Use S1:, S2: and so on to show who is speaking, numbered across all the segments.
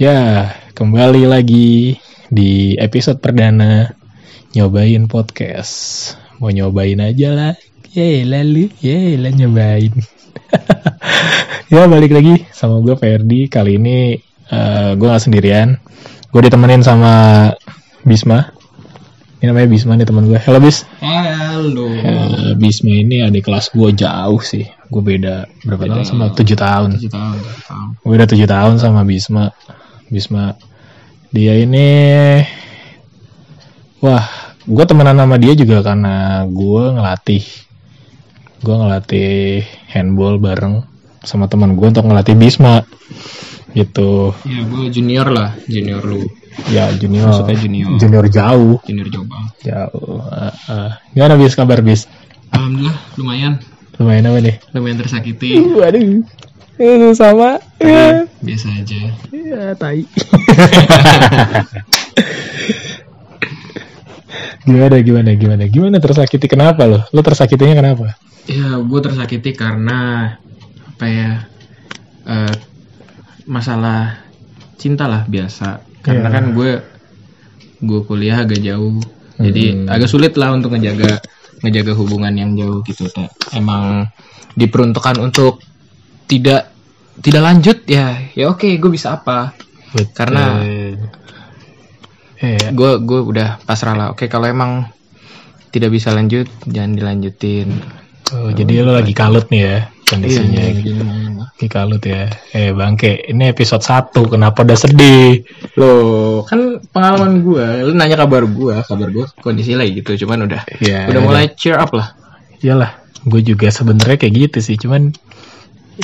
S1: Ya, kembali lagi di episode perdana nyobain podcast. Mau nyobain aja lah. Yeay, lalu, yeay, lah nyobain. ya, balik lagi sama gue Ferdi. Kali ini eh, gue gak sendirian. Gue ditemenin sama Bisma. Ini namanya Bisma nih teman gue. Halo Bis.
S2: Halo.
S1: Eh, Bisma ini adik kelas gue jauh sih. Gue beda berapa tahun sama 7 tahun.
S2: Tujuh tahun, tujuh tahun.
S1: Gue udah tujuh tahun sama Bisma. Bisma, dia ini, wah, gue temenan sama dia juga karena gue ngelatih, gue ngelatih handball bareng sama teman gue untuk ngelatih Bisma, gitu.
S2: Ya, gue junior lah, junior lu.
S1: Ya junior,
S2: Maksudnya junior.
S1: junior jauh,
S2: Junior jauh banget.
S1: jauh. Ah, ah. Gimana bis kabar bis?
S2: Alhamdulillah, lumayan.
S1: Lumayan apa nih?
S2: Lumayan tersakiti.
S1: Waduh, itu sama.
S2: Biasa aja.
S1: Iya, tai. gimana gimana gimana gimana tersakiti kenapa lo? Lo tersakitinya kenapa?
S2: Ya, gue tersakiti karena apa ya? eh, masalah cinta lah biasa. Karena
S1: Iya.
S2: kan gue gue kuliah agak jauh. Jadi agak sulit lah untuk ngejaga ngejaga hubungan yang jauh gitu. Teh. Emang diperuntukkan untuk tidak tidak lanjut ya. Ya oke, gue bisa apa? Karena-
S1: eh, eh,
S2: gue gue udah pasrah lah oke kalau emang tidak bisa lanjut jangan dilanjutin
S1: oh, jadi lo lagi kalut nih ya kondisinya lagi kalut ya. Eh bangke, ini episode 1 kenapa udah sedih?
S2: lo kan pengalaman gue lu nanya kabar gue kabar gue kondisi lagi gitu cuman udah
S1: Ya.
S2: udah mulai cheer up lah
S1: Iyalah, gue juga sebenarnya kayak gitu sih, cuman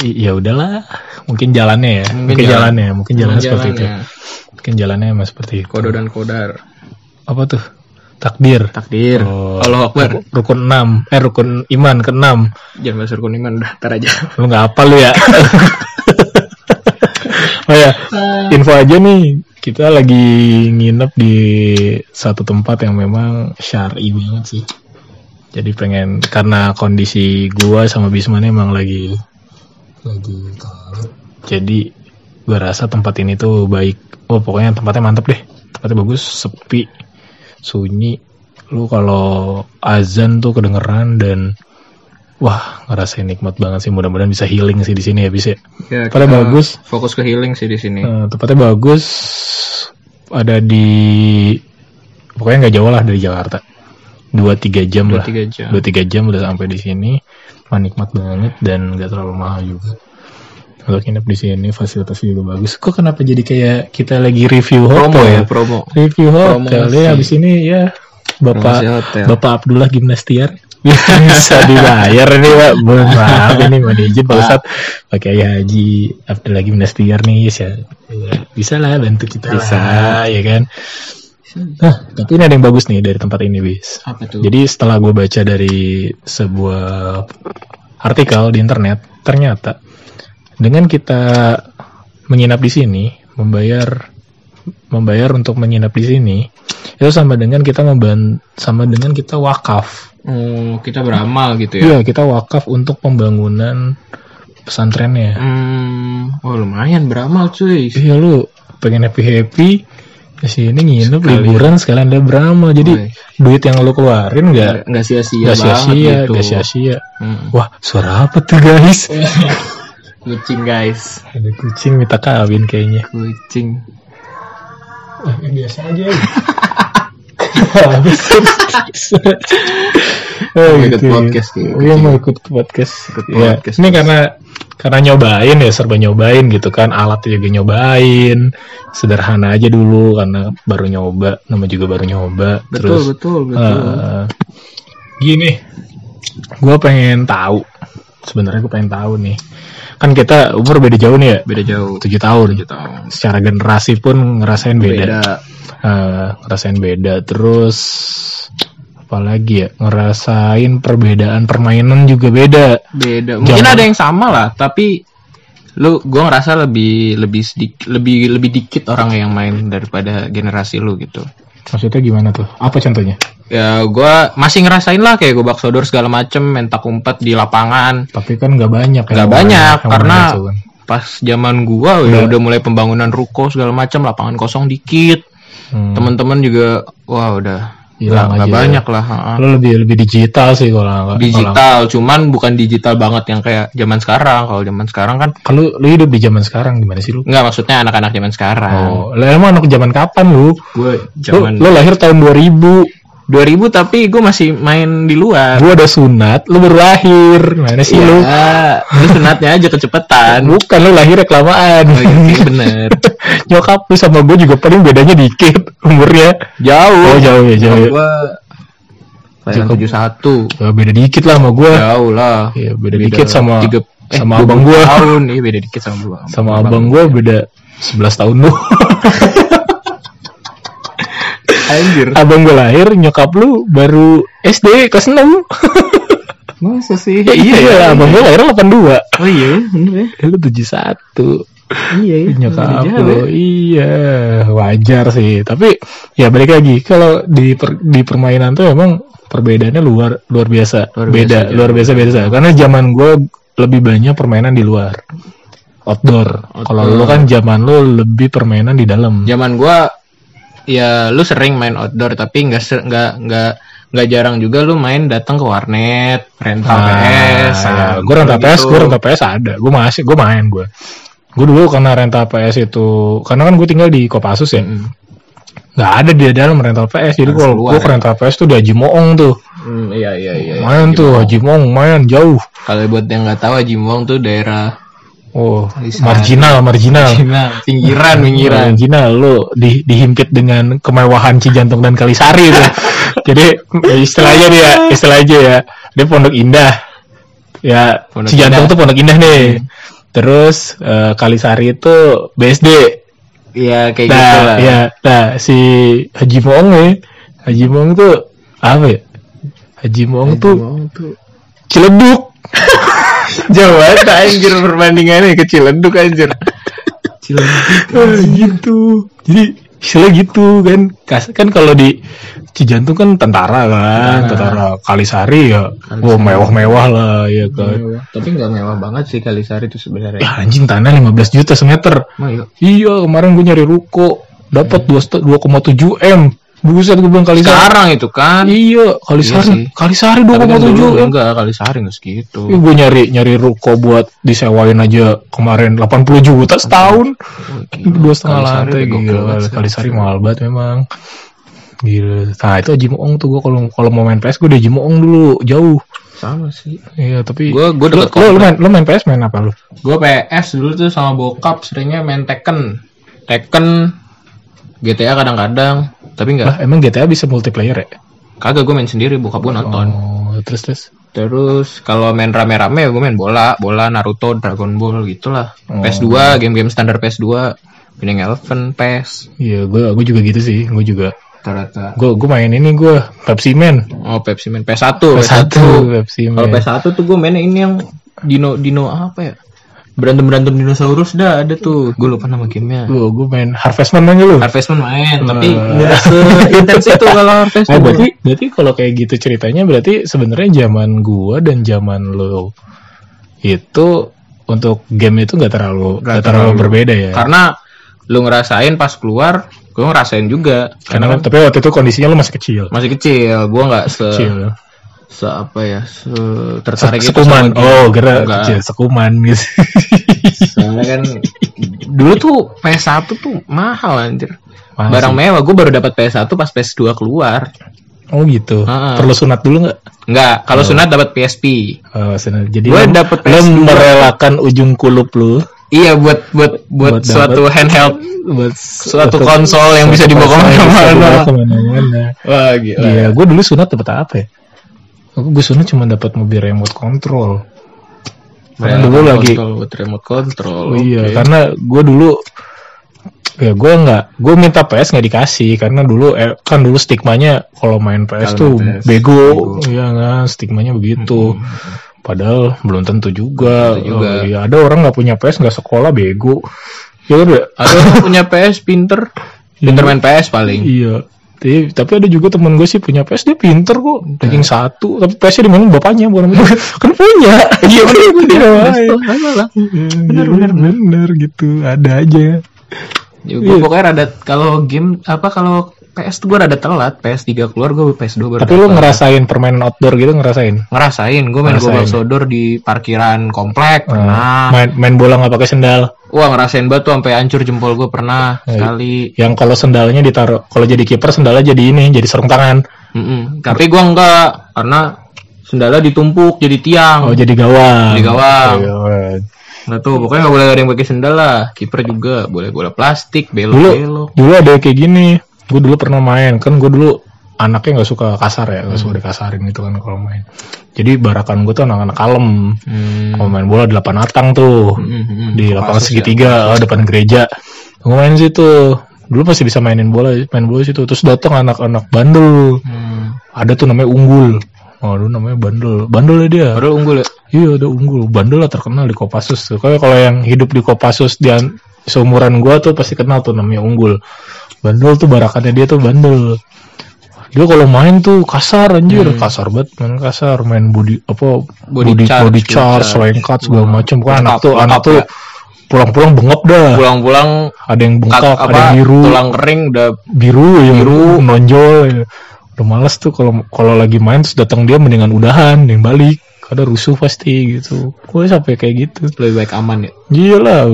S1: i- ya udahlah, mungkin jalannya ya, mungkin,
S2: jalan-
S1: jalannya, mungkin jalannya seperti itu,
S2: Jalannya.
S1: mungkin jalannya emang seperti itu.
S2: kodo dan kodar
S1: Apa tuh? Takdir.
S2: takdir
S1: Oh.
S2: Allah Akbar
S1: rukun 6 eh rukun iman ke 6
S2: jangan bahas rukun iman udah ntar aja
S1: lu nggak apa lu ya oh ya info aja nih kita lagi nginep di satu tempat yang memang syar'i banget sih jadi pengen karena kondisi gua sama Bisman emang lagi lagi kalut. jadi gua rasa tempat ini tuh baik oh pokoknya tempatnya mantep deh tempatnya bagus sepi sunyi lu kalau azan tuh kedengeran dan wah ngerasain nikmat banget sih mudah-mudahan bisa healing sih di sini ya bisa
S2: ya,
S1: Pada
S2: kita
S1: bagus.
S2: fokus ke healing sih di sini
S1: Eh, tempatnya bagus ada di pokoknya nggak jauh lah dari Jakarta dua tiga jam
S2: dua
S1: lah
S2: tiga jam
S1: dua tiga jam udah sampai di sini menikmat banget dan nggak terlalu mahal juga untuk nginep di sini fasilitasnya juga bagus kok kenapa jadi kayak kita lagi review
S2: promo
S1: hotel
S2: ya
S1: ya
S2: promo
S1: review hotel
S2: Promosi.
S1: ya habis ini ya
S2: Promosi
S1: bapak
S2: hotel
S1: bapak Abdullah gimnastiar bisa dibayar ini pak mohon maaf ini mohon izin pak Ustadz pakai Ayah haji Abdullah gimnastiar nih ya, ya, bisa lah bantu kita bisa ya kan nah tapi ini ada yang bagus nih dari tempat ini bis
S2: apa tuh
S1: jadi setelah gue baca dari sebuah artikel di internet, ternyata dengan kita menginap di sini, membayar membayar untuk menginap di sini, itu sama dengan kita memban sama dengan kita wakaf.
S2: oh, kita beramal gitu ya
S1: Iya, kita wakaf untuk pembangunan pesantrennya.
S2: Hmm, oh lumayan beramal cuy.
S1: Iya lu pengen happy happy di sini nginep
S2: Sekalian.
S1: liburan sekalian ada Brahma. Jadi
S2: Woi.
S1: duit yang lu keluarin nggak
S2: Nggak sia-sia
S1: nggak
S2: banget
S1: sia-sia,
S2: gitu.
S1: nggak sia-sia.
S2: Hmm.
S1: Wah, suara apa tuh guys?
S2: Kucing guys,
S1: Ada kucing minta kawin kayaknya.
S2: kucing.
S1: Eh, biasa aja. ya. Habis. oh,
S2: Mau
S1: gitu,
S2: ikut
S1: ya.
S2: podcast gitu,
S1: Iya mau ikut podcast.
S2: Ikut
S1: Iya.
S2: podcast.
S1: Ini karena karena nyobain ya serba nyobain gitu kan alat juga nyobain sederhana aja dulu karena baru nyoba nama juga baru nyoba terus
S2: Betul betul betul.
S1: eh gini, gue pengen tahu. Sebenarnya gue pengen tahu nih. Kan kita umur beda jauh nih ya,
S2: Beda jauh.
S1: 7 tahun. gitu.
S2: Tujuh tahun.
S1: Secara generasi pun ngerasain beda. Eh, ngerasain beda. Terus apalagi ya, ngerasain perbedaan permainan juga beda.
S2: Beda. Mungkin
S1: Jangan-
S2: ada yang sama lah, tapi lu gue ngerasa lebih lebih sedik- lebih lebih dikit orang yang main daripada generasi lu gitu.
S1: Maksudnya gimana tuh? Apa contohnya?
S2: Ya gue masih ngerasain lah kayak gobak sodor segala macem, mentak umpet di lapangan.
S1: Tapi kan nggak banyak. yang
S2: Nggak
S1: main-
S2: banyak
S1: yang main
S2: karena
S1: itu kan.
S2: pas zaman gua
S1: Nah.
S2: ya udah mulai pembangunan ruko segala macam lapangan kosong dikit
S1: Hmm.
S2: teman-teman juga wah udah
S1: Hilang
S2: nggak-
S1: aja
S2: nggak
S1: ya.
S2: banyak lah ha-ha.
S1: Lo lebih lebih digital sih kalau kalau-
S2: digital cuman bukan digital banget yang kayak zaman sekarang kalau zaman sekarang kan
S1: Kalau lu hidup di zaman sekarang gimana sih lu?
S2: nggak maksudnya anak-anak zaman sekarang
S1: Oh, lah emang anak zaman kapan lu?
S2: gue
S1: Lu,
S2: zaman
S1: lu lahir tahun 2000.
S2: 2000 tapi gue masih main di luar
S1: Gua udah sunat, lu baru lahir. Mana sih lu?
S2: ya, lu sunatnya aja kecepetan
S1: Bukan lu lahir kelamaan.
S2: Oh, iya sih, bener
S1: Nyokap lu sama gue juga paling bedanya dikit umurnya.
S2: jauh
S1: Oh, jauh ya, jauh ya.
S2: gue
S1: Cukup.
S2: tujuh satu
S1: Ya, beda dikit lah sama gue.
S2: jauh lah
S1: Ya, beda, dikit sama
S2: tiga- eh,
S1: sama
S2: dua
S1: abang
S2: puluh
S1: gue.
S2: tahun iya beda dikit sama gua
S1: Sama abang gue beda 11 tahun lu.
S2: anjir
S1: abang gue lahir, nyokap lu baru SD kelas 6.
S2: masa sih
S1: ya, iya, ya, abang gue lahir 82.
S2: oh iya bener ya
S1: Eh, Lu 71.
S2: iya iya
S1: nyokap
S2: Jauh
S1: lo
S2: ya.
S1: iya wajar sih tapi ya balik lagi kalau di per- di permainan tuh emang perbedaannya luar luar biasa,
S2: Luar biasa,
S1: beda
S2: jauh.
S1: luar biasa biasa karena zaman gue lebih banyak permainan di luar outdoor, kalau
S2: Outdoor.
S1: lo kan zaman lo lebih permainan di dalam
S2: zaman gua ya lu sering main outdoor tapi nggak ser- nggak nggak nggak jarang juga lu main datang ke warnet rental PS nah,
S1: gue Ah, iya. rental
S2: gitu.
S1: PS, gue rental PS ada, gue masih gue main gue. Gue dulu karena rental PS itu, karena kan gue tinggal di Kopassus ya,
S2: Mm.
S1: nggak ada di dalam rental PS, jadi
S2: Harus
S1: kalau
S2: keluar
S1: gue
S2: ya.
S1: rental PS tuh di Haji Moong tuh,
S2: Hmm, iya iya iya iya.
S1: main tuh Haji Moong, main jauh,
S2: kalau buat yang nggak tahu Jimbong tuh daerah
S1: oh
S2: Lisan.
S1: marginal marginal.
S2: Cina pinggiran pinggiran
S1: Marginal lo di, dihimpit dengan kemewahan Cijantung dan Kalisari tuh. Jadi istilahnya dia istilahnya aja ya dia Pondok Indah. Ya
S2: Pondok
S1: Cijantung
S2: Indah. Hmm.
S1: tuh Pondok Indah nih. Terus eh, Kalisari itu BSD.
S2: Iya kayak gitu
S1: Nah,
S2: lah.
S1: ya, nah si Haji Moong nih. Haji Moong tuh apa ya? Haji Moong tuh Ciledug.
S2: Jauh banget anjir perbandingannya kecil enduk anjir.
S1: Ah, gitu jadi istilah gitu kan Kas- kan kalau di Cijantung kan tentara kan tentara Kalisari ya wah mewah-mewah lah ya kan
S2: Tapi nggak mewah banget sih Kalisari itu sebenarnya.
S1: Lah, anjing tanah 15 juta semeter
S2: Mau yuk.
S1: iya kemarin gue nyari ruko
S2: Hmm.
S1: dapat 2,7 m buset gue bilang Kalisari
S2: Sekarang itu kan.
S1: iya Kalisari
S2: Iya sih.
S1: Kalisari
S2: Tapi kan
S1: 2,7
S2: dulu
S1: m
S2: enggak Kalisari nggak segitu.
S1: gue nyari nyari ruko buat disewain aja kemarin 80 juta setahun
S2: Oh, gila.
S1: dua setengah
S2: Kalisari
S1: lantai
S2: udah gokil
S1: Iya, gila
S2: banget sih.
S1: Kalisari mahal banget memang gila nah itu Haji Moong tuh gue kalau kalau mau main PS gue di Haji Moong dulu jauh
S2: Sama sih.
S1: iya tapi
S2: Gua- gua
S1: lu,
S2: deket
S1: lu, lu main lu main PS main apa lu
S2: Gue PS dulu tuh sama bokap seringnya main Tekken. Tekken GTA kadang-kadang, tapi
S1: lah
S2: enggak.
S1: emang GTA bisa multiplayer ya
S2: Kagak gue main sendiri, bokap gue nonton.
S1: oh terus terus
S2: Terus kalau main rame-rame gue main bola, bola Naruto, Dragon Ball gitulah.
S1: Oh.
S2: PS2, game-game standar PS2, Winning Eleven, PES,
S1: iya gue gue juga gitu sih gue juga
S2: rata-rata.
S1: gue gue main ini gue Pepsi Man
S2: Oh, Pepsi Man PS1,
S1: PS1 Pepsi
S2: Kalau
S1: Man
S2: PS1 tuh gue mainnya ini yang Dino Dino apa ya? Berantem-berantem dinosaurus dah ada tuh. Gue lupa nama gamenya.
S1: lu gue main Harvest Man aja lu
S2: Harvest Moon main,
S1: Eh.
S2: tapi nggak seintens itu kalau Harvest
S1: Oh,
S2: Moon.
S1: berarti berarti kalau kayak gitu ceritanya berarti sebenarnya zaman gua dan zaman lo itu untuk game itu nggak terlalu nggak terlalu, berbeda ya. Karena,
S2: Karena lu ngerasain pas keluar, gue ngerasain juga. Karena
S1: tapi waktu itu kondisinya lo masih kecil.
S2: masih kecil, gue nggak se
S1: Kecil.
S2: se apa ya se
S1: Se-
S2: tertarik gitu sama
S1: sekuman.
S2: dia.
S1: Oh, kira
S2: Enggak.
S1: kecil sekuman gitu.
S2: soalnya kan dulu tuh PS1 tuh mahal anjir
S1: Mahal
S2: barang mewah gue baru dapat PS1 pas PS2 keluar
S1: oh gitu.
S2: Ah.
S1: Perlu sunat dulu nggak?
S2: nggak kalau sunat dapat PSP
S1: Oh, sunat. Jadi
S2: Gua
S1: lo,
S2: dapet
S1: lo
S2: PS2.
S1: merelakan ujung kulup lu
S2: iya buat buat
S1: Buat
S2: buat, suatu handheld
S1: buat
S2: suatu konsol yang bisa dibawa kemana-mana
S1: kemana-mana.
S2: wah gila
S1: Iya, gue dulu sunat dapat apa ya? Gue sunat cuma dapat mobil remote control. Karena
S2: Remote
S1: dulu lagi,
S2: control, with remote control
S1: iya,
S2: Oh, oke.
S1: karena gue dulu ya gue nggak, gue minta PS nggak dikasih karena dulu eh, kan dulu stigmanya kalau main PS
S2: Kalau
S1: tuh
S2: main PS,
S1: bego,
S2: bego.
S1: iya kan, stigmanya begitu. Padahal belum tentu juga.
S2: Belum tentu juga.
S1: Oh, iya, ada orang nggak punya PS nggak sekolah bego. Ya udah,
S2: ada orang punya PS pinter pinter main PS paling
S1: iya. Tapi, tapi ada juga temen gue sih punya PS dia pinter kok ranking satu tapi PS-nya dimainin bapaknya bukan sama dia. kan punya iya benar gue dia main. bener bener bener gitu ada aja
S2: Ya,
S1: Iya.
S2: gua pokoknya rada kalau game apa kalau PS tuh gue rada telat. PS3 keluar gue PS2 baru.
S1: tapi lu
S2: dapat.
S1: ngerasain permainan outdoor gitu ngerasain
S2: ngerasain gue main
S1: Ngerasain. Ah.
S2: gobel sodor di parkiran komplek pernah.
S1: Nah, main main bola nggak pakai sendal
S2: Wah ngerasain banget tuh sampai hancur jempol gue pernah
S1: Iya.
S2: sekali.
S1: yang kalau sendalnya ditaruh kalau jadi kiper sendalnya jadi ini jadi sarung tangan
S2: Mm-mm. Tapi gue enggak karena sendalnya ditumpuk jadi
S1: oh
S2: tiang.
S1: Iya. jadi gawang
S2: Jadi gawang.
S1: Jadi gawang.
S2: Nah tuh pokoknya nggak boleh ada yang pakai sendal lah. Kiper juga boleh bola plastik, belok
S1: dulu
S2: belok.
S1: dulu ada kayak gini gue dulu pernah main kan gue dulu anaknya nggak suka kasar ya nggak
S2: Hmm.
S1: suka dikasarin gitu kan kalau main jadi barakan gue tuh anak-anak kalem
S2: Hmm.
S1: kalau main bola delapan atang tuh
S2: Mm, mm, mm.
S1: di lapangan segitiga oh, depan gereja gue main situ dulu masih bisa mainin bola main bola situ terus datang anak-anak bandel
S2: Hmm.
S1: ada tuh namanya unggul oh dulu namanya bandel bandel dia
S2: Padahal unggul ya.
S1: Iya udah unggul Bandel lah terkenal di Kopassus tuh. Kayak kalau yang hidup di Kopassus dan seumuran gua tuh pasti kenal tuh namanya unggul. Bandel tuh barakannya dia tuh bandel. Dia kalau main tuh kasar anjir, kasar banget, main kasar, main body apa
S2: Hmm. Body
S1: body body charge,
S2: charge, body charge.
S1: lengket segala macam. Kan anak
S2: Lengkap,
S1: tuh anak
S2: lengkap
S1: tuh
S2: ya.
S1: pulang-pulang bengap dah.
S2: Pulang-pulang
S1: Ada yang
S2: kat-
S1: bengkak, ada
S2: apa
S1: yang biru
S2: tulang kering udah
S1: biru ya biru nonjol ya. udah males tuh kalau kalau lagi main terus datang dia mendingan udahan yang balik ada rusuh pasti gitu gue sampai kayak gitu
S2: lebih baik aman ya.
S1: iyalah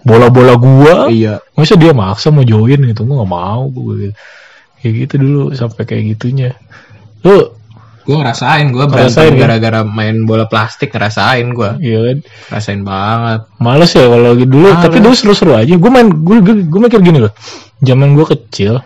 S1: bola-bola gua
S2: Iya.
S1: masa dia maksa mau join gitu gua nggak mau gua gitu. kayak gitu dulu sampai kayak gitunya lu
S2: Gue ngerasain gue
S1: Ngerasain,
S2: berantem
S1: kan?
S2: gara-gara main bola plastik ngerasain gue.
S1: iya kan
S2: Rasain banget.
S1: Males ya kalau lagi dulu, tapi dulu seru-seru aja. Gue main, gue gue mikir gini loh. Zaman gue kecil,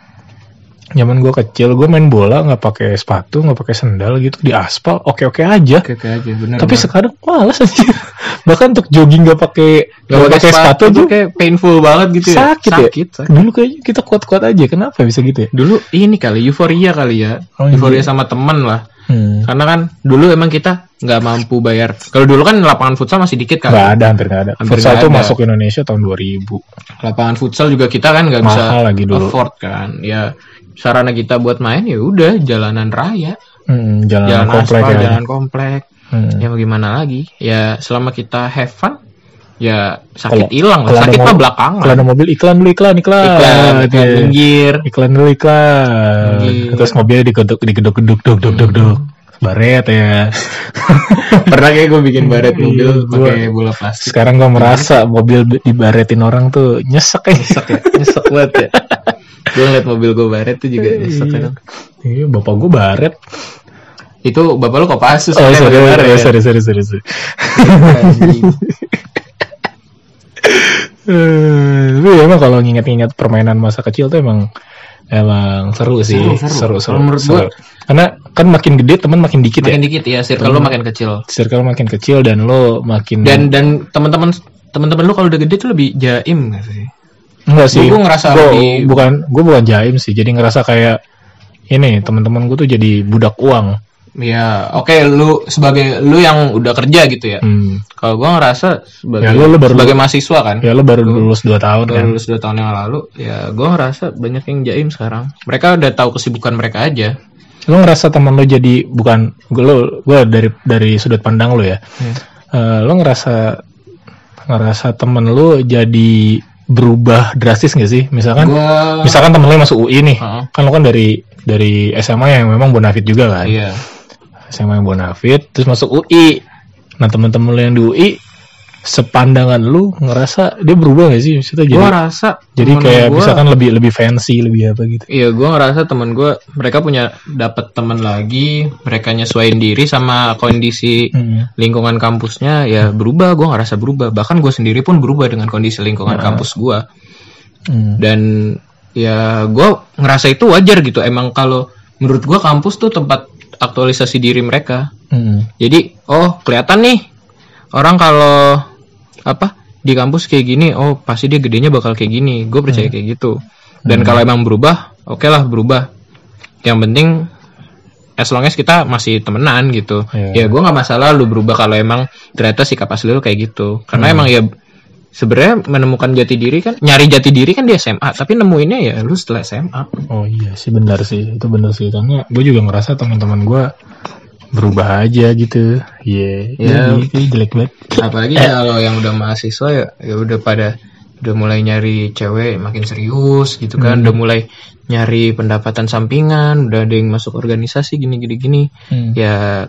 S1: zaman gue kecil, gue main bola nggak pakai sepatu, nggak pakai sendal gitu di aspal, oke-oke aja.
S2: Oke oke aja bener.
S1: tapi sekarang males aja. Bahkan untuk jogging nggak pakai
S2: gak
S1: nggak pakai sepatu tuh
S2: tuh kayak painful banget gitu ya.
S1: sakit,
S2: sakit,
S1: ya.
S2: sakit.
S1: Dulu kayaknya kita kuat-kuat aja. Kenapa bisa gitu ya?
S2: Dulu ini kali euforia kali ya.
S1: Oh, iya.
S2: euforia sama temen lah.
S1: Hmm.
S2: Karena kan dulu emang kita nggak mampu bayar. Kalau dulu kan lapangan futsal masih dikit kan.
S1: Gak ada, hampir gak ada.
S2: Hampir
S1: Futsal
S2: nggak
S1: tuh
S2: ada.
S1: masuk Indonesia tahun 2000.
S2: Lapangan futsal juga kita kan nggak bisa
S1: Mahal lagi dulu.
S2: afford kan. Ya sarana kita buat main ya udah jalanan raya,
S1: Hmm, jalan,
S2: jalan
S1: komplek
S2: aspal,
S1: ya.
S2: jalan komplek.
S1: Hmm.
S2: Ya mau gimana lagi? Ya selama kita have fun, ya
S1: Kalau-
S2: sakit hilang
S1: kalau
S2: lah.
S1: ada
S2: Sakit
S1: mau-
S2: mah
S1: Kalau
S2: belakangan.
S1: ada mobil iklan dulu iklan iklan.
S2: Iklan, iklan
S1: Iya.
S2: minggir.
S1: iklan dulu iklan
S2: Iya.
S1: terus mobilnya digeduk digeduk geduk duk duk duk duk baret ya
S2: Pernah kayak gue bikin baret mobil
S1: Iya, gua-
S2: pakai bola plastik.
S1: sekarang gua merasa mobil b- dibaretin orang tuh nyesek ya
S2: Nyesek ya, nyesek banget ya. Gue ngeliat mobil gue baret tuh juga nyesek
S1: Iya.
S2: kan.
S1: Iya, bapak gua baret.
S2: Itu bapak lu kok pasus
S1: Oh,
S2: makanya
S1: sorry,
S2: pakai
S1: sorry,
S2: baret.
S1: sorry, sorry, sorry, sorry.
S2: Anjing.
S1: Eh, tapi emang kalau nginget-nginget permainan masa kecil tuh emang emang seru sih,
S2: Seru, seru.
S1: seru, seru.
S2: Kalau menurut
S1: seru.
S2: gua-
S1: Karena kan makin gede teman makin dikit
S2: Makin
S1: ya.
S2: dikit ya, circle lu makin kecil.
S1: Circle makin kecil dan lo makin
S2: Dan dan teman-teman teman-teman lu kalau udah gede tuh lebih jaim gak sih?
S1: Enggak sih.
S2: Gua- gua ngerasa
S1: Gua-
S2: lebih-
S1: bukan gue bukan jaim sih. Jadi ngerasa kayak ini teman-teman gue tuh jadi budak uang.
S2: Ya, oke lu sebagai lu yang udah kerja gitu ya.
S1: Hmm.
S2: Kalau gua ngerasa sebagai
S1: Ya, lu- lu baru-
S2: sebagai mahasiswa kan,
S1: Ya lo baru lulus 2 tahun
S2: baru
S1: kan.
S2: lulus dua tahun yang lalu, ya gua ngerasa banyak yang jaim sekarang. Mereka udah tahu kesibukan mereka aja.
S1: Lo ngerasa teman lo jadi bukan gue lo gue dari dari sudut pandang lo ya.
S2: Iya.
S1: Eh, lo ngerasa ngerasa temen lo jadi berubah drastis gak sih?
S2: Kan?
S1: Misalkan
S2: Gua
S1: misalkan temen lo yang masuk UI nih.
S2: Heeh.
S1: Kan lo kan dari dari SMA yang memang bonafit juga kan.
S2: iya.
S1: SMA yang Bonafit terus masuk UI nah teman-teman lu yang di UI sepandangan lu ngerasa dia berubah gak sih maksudnya jadi
S2: Gua ngerasa
S1: jadi
S2: temen
S1: kayak
S2: gua,
S1: misalkan lebih lebih fancy lebih apa gitu
S2: Iya, gua ngerasa temen gua mereka punya dapat temen lagi, mereka nyesuaiin diri sama kondisi
S1: Mm.
S2: lingkungan kampusnya ya berubah, gua ngerasa berubah. Bahkan gua sendiri pun berubah dengan kondisi lingkungan kampus gua.
S1: Mm.
S2: dan ya gue ngerasa itu wajar gitu emang kalau menurut gue kampus tuh tempat aktualisasi diri mereka
S1: Mm.
S2: jadi oh kelihatan nih orang kalau apa di kampus kayak gini oh pasti dia gedenya bakal kayak gini gue percaya kayak gitu dan kalau emang berubah oke lah berubah yang penting as long as kita masih temenan gitu
S1: Iya.
S2: ya gue nggak masalah lu berubah kalau emang ternyata sikap asli lu kayak gitu karena emang ya sebenarnya menemukan jati diri kan nyari jati diri kan di SMA tapi nemuinnya ya lu setelah SMA
S1: Oh iya sih benar sih itu benar sih karena gue juga ngerasa teman-teman gue berubah aja gitu. Iya.
S2: Iya.
S1: Ini- Ini jelek banget.
S2: apalagi kalau yang udah mahasiswa ya, ya udah pada udah mulai nyari cewek makin serius gitu kan udah mulai nyari pendapatan sampingan udah ada yang masuk organisasi gini gini gini ya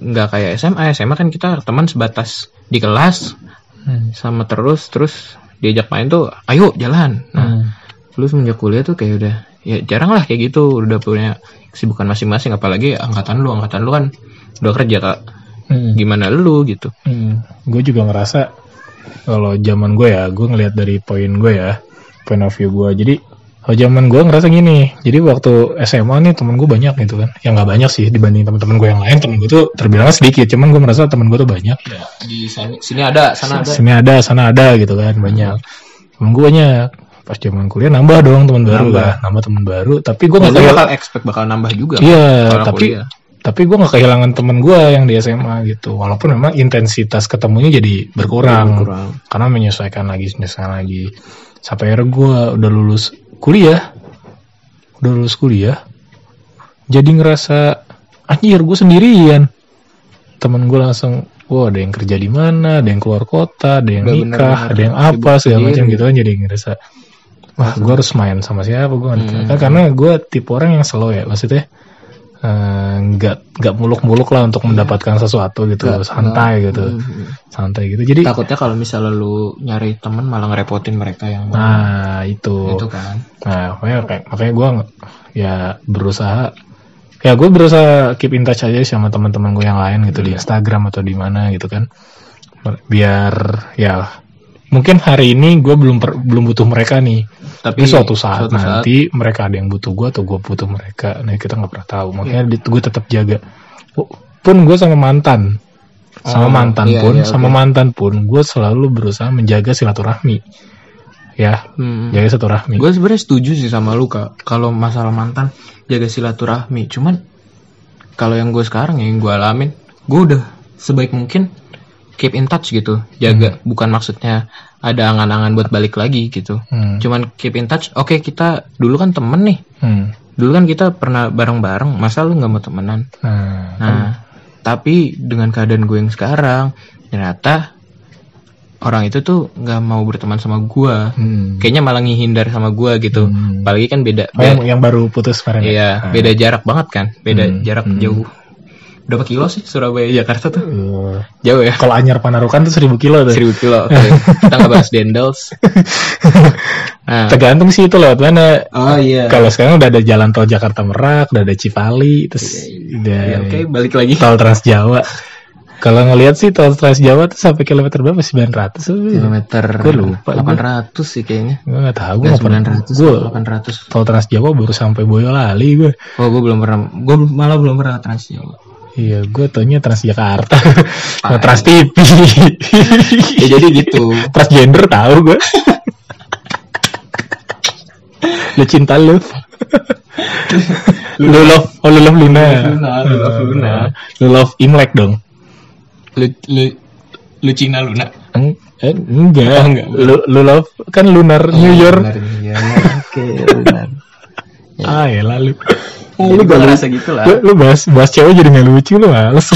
S2: nggak kayak SMA SMA kan kita teman sebatas di kelas
S1: Hmm.
S2: sama terus terus diajak main tuh ayo jalan nah lu semenjak kuliah tuh kayak udah ya jarang lah kayak gitu udah punya kesibukan masing-masing apalagi angkatan lu angkatan lu kan udah kerja kak gimana lu gitu
S1: Gue juga ngerasa kalau zaman gue ya, gue ngelihat dari poin gue ya, point of view gue. Jadi kalau zaman gue ngerasa gini. Jadi waktu SMA nih temen gue banyak gitu kan. Ya nggak banyak sih dibanding teman-teman gue yang lain. Temen gue tuh terbilang sedikit. Cuman gue merasa temen gue tuh banyak.
S2: di sini, sini ada sana ada
S1: Nah, Sini ada, sana ada gitu kan
S2: Hmm.
S1: banyak. Temen gue banyak. Pas zaman kuliah nambah dong teman baru
S2: Nambah. Oh,
S1: lah, nambah teman baru. Tapi gue
S2: Gua
S1: nggak kayak
S2: bakal expect bakal nambah juga
S1: Iya,
S2: orang
S1: tapi
S2: kuliah.
S1: tapi gue nggak kehilangan teman gue yang di SMA gitu. Walaupun memang intensitas ketemunya jadi berkurang,
S2: Berkurang.
S1: karena menyesuaikan lagi, menyesuaikan lagi. Sampai akhirnya gue udah lulus kuliah, udah lulus kuliah, jadi ngerasa anjir gue sendirian. Temen gue langsung, wah ada yang kerja di mana, ada yang keluar kota, ada yang
S2: Udah
S1: nikah,
S2: bener-bener
S1: ada yang apa
S2: sibuk
S1: segala macam
S2: sendiri.
S1: gitu kan jadi ngerasa wah gue harus main sama siapa gue
S2: Hmm.
S1: karena gue tipe orang yang slow ya maksudnya eh, nggak nggak muluk-muluk lah
S2: Iya.
S1: untuk mendapatkan sesuatu gitu santai
S2: nah,
S1: gitu
S2: hmm,
S1: santai gitu jadi
S2: takutnya kalau misalnya lu nyari temen malah ngerepotin mereka yang
S1: nah itu
S2: itu kan
S1: nah makanya kayak- makanya gue ya berusaha ya gue berusaha keep in touch aja sama teman-teman gue yang lain gitu di
S2: Iya.
S1: Instagram atau di mana gitu kan biar ya mungkin hari ini gue belum per- belum butuh mereka nih
S2: tapi
S1: Tapi suatu saat
S2: Iya, suatu saat-
S1: nanti mereka ada yang butuh gue atau gue butuh mereka. Nah kita nggak pernah tahu. Makanya
S2: Iya.
S1: gue tetap jaga. Pu- Pun gue sama mantan, sama
S2: Oh,
S1: mantan
S2: iya,
S1: pun,
S2: iya,
S1: sama mantan pun, gue selalu berusaha menjaga silaturahmi. Ya,
S2: Hmm.
S1: jaga silaturahmi.
S2: Gue sebenarnya setuju sih sama lu kak. Kalau masalah mantan jaga silaturahmi. Cuman kalau yang gue sekarang yang gue alamin, gue udah sebaik mungkin keep in touch gitu.
S1: Hmm.
S2: Jaga bukan maksudnya ada angan-angan buat balik lagi gitu.
S1: Hmm,
S2: Cuman keep in touch. Oke kita dulu kan temen nih.
S1: hmm.
S2: Dulu kan kita pernah bareng-bareng. Masa lu nggak mau temenan?
S1: Nah,
S2: Nah, tapi dengan keadaan gue yang sekarang, ternyata orang itu tuh nggak mau berteman sama gue
S1: hmm.
S2: kayaknya malah ngehindar sama gua gitu.
S1: Hmm.
S2: Apalagi kan beda,
S1: Oh, yang, yang baru putus
S2: beda-
S1: kemarin. ya?
S2: iya, beda jarak banget kan, beda
S1: Hmm.
S2: jarak
S1: Hmm.
S2: jauh. Berapa kilo sih Surabaya Jakarta tuh?
S1: Eh,
S2: Jauh ya,
S1: Kalau anyar panarukan tuh seribu kilo tuh.
S2: seribu kilo. Oke, kita nggak bahas dendels. Nah,
S1: Tergantung sih itu lewat mana.
S2: oh iya.
S1: Kalau sekarang udah ada jalan tol Jakarta Merak, udah ada Cipali, terus udah
S2: Ya, Oke, balik lagi.
S1: tol Trans Jawa. Kalau ngelihat sih tol Trans Jawa tuh sampai kilometer berapa? 900 Gue
S2: Kilometer
S1: Gua lupa, gua.
S2: 800 sih kayaknya.
S1: nggak tahu gue nggak
S2: Nggak,
S1: pernah.
S2: 900,
S1: Gue
S2: 800.
S1: tol Trans Jawa baru sampai Boyolali gue.
S2: Oh, gue belum pernah. Gue malah belum pernah trans Jawa.
S1: Iya, gue taunya Transjakarta. nah, Trans TV.
S2: Ah, iya. Ya jadi gitu.
S1: Transgender tahu gue. lu cinta lu. lu love, oh lu love Luna. Ah,
S2: Luna, lu love Luna.
S1: Lu love Imlek dong.
S2: Lu, lu, lu Cina Luna.
S1: Eng- eh, enggak, enggak. Lu, lu love kan lunar New
S2: Oh,
S1: York.
S2: benar, New York. Oke, benar.
S1: Ah ya lalu.
S2: iya. Lu gue ngerasa gitu lah.
S1: Lu, lu bahas bahas cewek jadi nggak lucu lu males.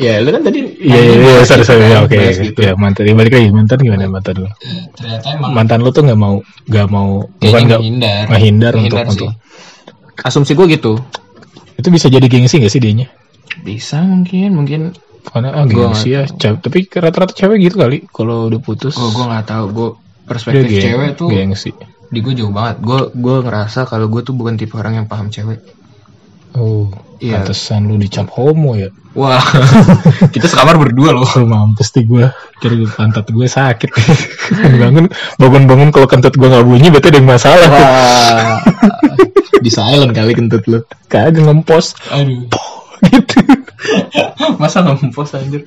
S2: Ya, lu kan tadi
S1: Iya iya iya sorry sorry ya, oke.
S2: Bahas gitu.
S1: Ya mantan ya, balik lagi mantan gimana mantan lu?
S2: ternyata emang
S1: Mantan lu tuh nggak mau nggak mau bukan nggak
S2: ngehindar.
S1: ngehindar untuk
S2: sih.
S1: untuk
S2: Asumsi gue gitu.
S1: itu bisa jadi gengsi nggak sih dianya?
S2: Bisa mungkin, mungkin
S1: Karena ah
S2: Gua
S1: gengsi ya. Cewek- tapi rata-rata cewek gitu kali kalau udah putus.
S2: oh, gue nggak tahu, gue perspektif
S1: dia geng-
S2: cewek tuh
S1: gengsi.
S2: di gue jauh banget. Gue gue ngerasa kalau gue tuh bukan tipe orang yang paham cewek.
S1: Oh,
S2: Iya.
S1: pantesan lu dicap homo ya.
S2: Wah, kita sekamar berdua loh.
S1: Aduh mampus nih gue Kira pantat gue sakit Bangun Bangun-bangun kalau kentut gue gak bunyi Berarti ada yang masalah
S2: Wah, di silent kali kentut lu.
S1: Kagak ngempos
S2: Aduh,
S1: Gitu
S2: masa ngempos anjir?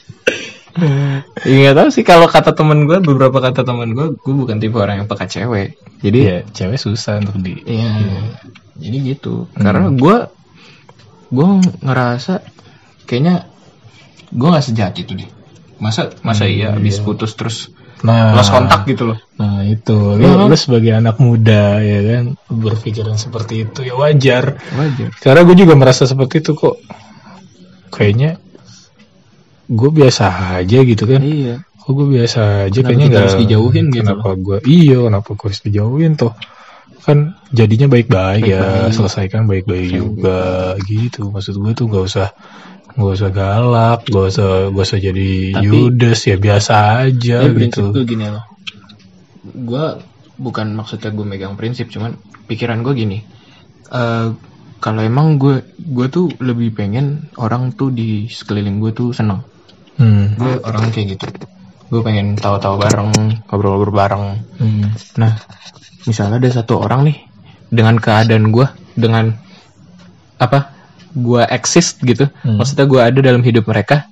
S2: Iya gak tau sih kalau kata temen gue beberapa kata temen gue gue bukan tipe orang yang peka cewek
S1: Jadi ya cewek susah untuk di
S2: Iya jadi gitu karena gue gue ngerasa kayaknya gue nggak sejati itu deh masa masa iya habis putus terus
S1: Nah,
S2: lost kontak gitu loh
S1: Nah itu, lu, lu sebagai anak muda ya kan berpikiran seperti itu ya wajar.
S2: wajar
S1: Karena gue juga merasa seperti itu kok. Kayaknya gue biasa aja gitu kan.
S2: iya
S1: Kok gue biasa aja
S2: Kenapa
S1: kayaknya
S2: kita
S1: nggak
S2: harus dijauhin gitu
S1: Kenapa gue iya kenapa gue harus dijauhin toh? Kan jadinya baik-baik ya,
S2: Baik-baik.
S1: selesaikan baik-baik juga gitu. Maksud gue tuh gak usah gak usah galak, gak usah gak usah jadi
S2: Tapi-
S1: yudes ya biasa aja
S2: Tapi
S1: gitu.
S2: prinsip gue gini loh gue bukan maksudnya gue megang prinsip cuman pikiran gue gini Eh kalau emang gue gue tuh lebih pengen orang tuh di sekeliling gue tuh seneng
S1: Hmm.
S2: gue orang kayak gitu gue pengen tahu-tahu bareng ngobrol-ngobrol bareng
S1: Hmm.
S2: nah misalnya ada satu orang nih dengan keadaan gue dengan apa gue exist gitu
S1: Hmm.
S2: maksudnya gue ada dalam hidup mereka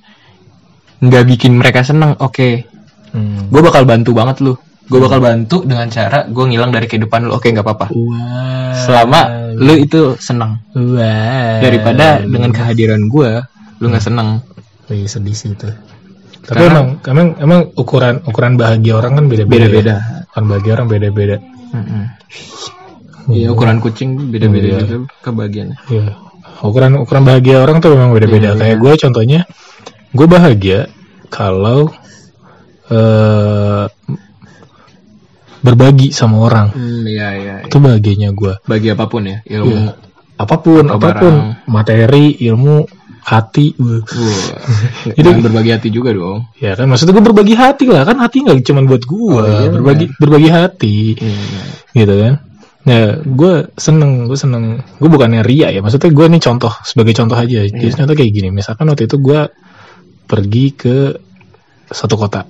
S2: nggak bikin mereka seneng oke
S1: Hmm.
S2: gue bakal bantu banget lu gue bakal bantu dengan cara gue ngilang dari kehidupan lu oke nggak apa-apa
S1: Wah.
S2: selama lu itu seneng
S1: Wah.
S2: daripada dengan kehadiran gue lu nggak seneng
S1: Wih, Iya, sedih sih itu. Tapi
S2: Karena-
S1: emang, emang, emang ukuran ukuran bahagia orang kan beda-beda.
S2: Beda-beda. Hmm.
S1: ya? Ukuran bahagia orang beda-beda.
S2: Mm-mm. Iya ukuran kucing beda-beda
S1: Iya.
S2: gitu kebagiannya.
S1: Iya. Ukuran ukuran bahagia orang tuh memang
S2: Hmm.
S1: beda-beda. Kayak gue contohnya, gue bahagia kalau eh berbagi sama orang.
S2: Hmm, iya iya. iya.
S1: Itu bahagianya gue.
S2: Bagi apapun ya ilmu.
S1: Apapun,
S2: Atau
S1: apapun,
S2: barang.
S1: materi, ilmu, hati. Wuh.
S2: Wah,
S1: Itu-
S2: jangan berbagi hati juga dong.
S1: Ya kan maksudnya gue berbagi hati lah kan hati nggak cuma buat gue
S2: iya,
S1: berbagi berbagi hati gitu kan. Ya gue seneng gue seneng gue bukannya ria ya maksudnya gue nih contoh sebagai contoh aja. Jadi contoh kayak gini misalkan waktu itu gue pergi ke satu kota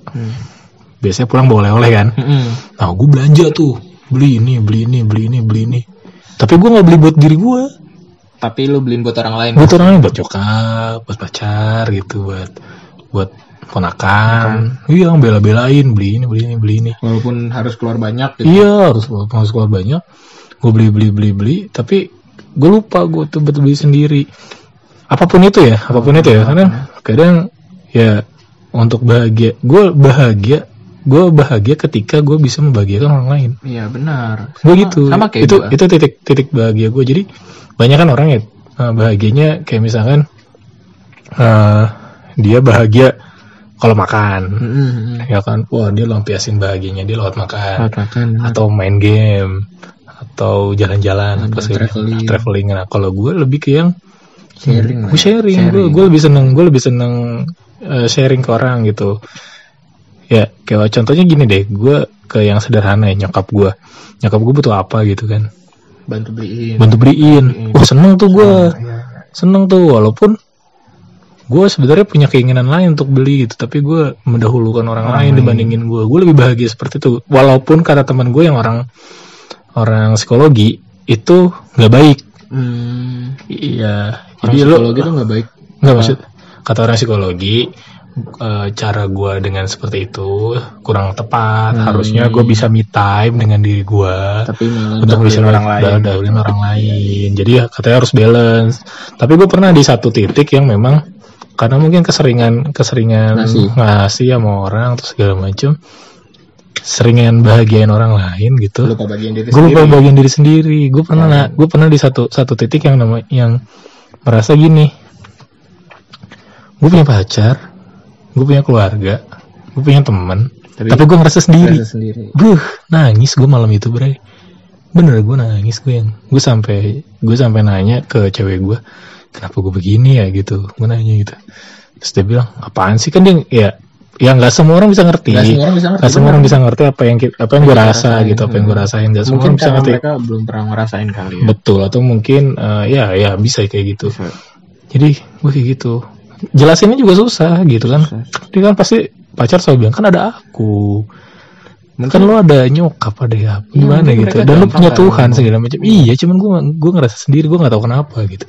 S1: biasanya pulang bawa oleh-oleh kan.
S2: Mm-mm.
S1: Nah gue belanja tuh beli ini beli ini beli ini beli ini. Tapi gue nggak beli buat diri gue.
S2: Tapi lu beliin buat orang lain.
S1: Gue tuh orangnya buat nyokap, buat pacar gitu, buat buat ponakan. Iya, bela-belain beli ini, beli ini, beli ini.
S2: Walaupun harus keluar banyak gitu.
S1: Iya, harus harus keluar banyak. Gue beli beli beli beli, tapi gue lupa gue tuh buat beli sendiri. Apapun itu ya, apapun itu ya. Karena kadang ya untuk bahagia, gue bahagia, gue bahagia ketika gue bisa membahagiakan orang lain
S2: Iya benar.
S1: gue
S2: Sama-
S1: gitu
S2: Ah, Sama kayak
S1: itu
S2: gua.
S1: itu titik titik bahagia gue jadi banyak kan orang ya eh, bahagianya kayak misalkan eh dia bahagia kalau makan
S2: Mm-mm.
S1: ya kan wah dia lampiasin bahagianya dia lewat makan
S2: Makan, makan.
S1: atau main game atau jalan-jalan apa sih
S2: traveling. Nah,
S1: traveling nah kalau gue lebih ke yang
S2: sharing. lah. ya.
S1: gue sharing, gue gue lebih seneng gue lebih seneng eh, sharing ke orang gitu ya kayak contohnya gini deh gue ke yang sederhana ya nyokap gue nyokap gue butuh apa gitu kan
S2: Bantu beliin.
S1: bantu beliin wah seneng tuh gue
S2: Iya.
S1: seneng tuh walaupun gue sebenarnya punya keinginan lain untuk beli gitu tapi gue mendahulukan orang lain dibandingin gue gue lebih bahagia seperti itu walaupun kata teman gue yang orang orang psikologi itu nggak baik
S2: Hmm.
S1: iya
S2: Orang
S1: jadi lo
S2: psikologi tuh nggak baik.
S1: nggak maksud kata orang psikologi eh, cara gue dengan seperti itu kurang tepat
S2: Hmm.
S1: harusnya gue bisa me time dengan diri gue
S2: Tapi malah
S1: untuk ngurusin orang lain,
S2: Udah,
S1: dahuluin orang lain. Jadi ya katanya harus balance. Tapi gue pernah di satu titik yang memang karena mungkin keseringan keseringan
S2: Ngasih.
S1: ngasih sama orang terus segala macem seringan bahagiain orang lain gitu
S2: Lupa bagian diri
S1: gue lupa
S2: sendiri.
S1: bagian diri sendiri Ya. gue pernah gue pernah di satu satu titik yang nama yang merasa gini gue punya pacar gue punya keluarga gue punya teman
S2: Tapi-
S1: tapi, gue merasa sendiri
S2: Rasa sendiri.
S1: Duh, nangis gue malam itu bre. Bener gue nangis gue yang gue sampai gue sampai nanya ke cewek gue kenapa gue begini ya gitu. Gue nanya gitu. Terus dia bilang apaan sih kan dia ya ya nggak semua orang bisa ngerti.
S2: Nggak semua orang bisa ngerti,
S1: Nggak semua
S2: bener.
S1: orang bisa ngerti apa yang kita, apa yang gue rasa gitu, apa yang gue rasain. Nggak semua
S2: Mungkin
S1: orang bisa
S2: karena
S1: ngerti.
S2: mereka belum pernah ngerasain kali ya.
S1: Betul atau mungkin eh, ya ya bisa kayak gitu. Jadi gue kayak gitu. Jelasinnya juga susah gitu kan. Dia kan pasti pacar selalu bilang kan ada aku.
S2: Mungkin-
S1: Kan lo ada nyokap ada ya, apa, gimana
S2: mungkin
S1: gitu.
S2: Iya, mereka
S1: Dan lo
S2: gampang
S1: punya
S2: kan
S1: Tuhan segala macam. Iya, cuman gue gue ngerasa sendiri gue nggak tahu kenapa gitu.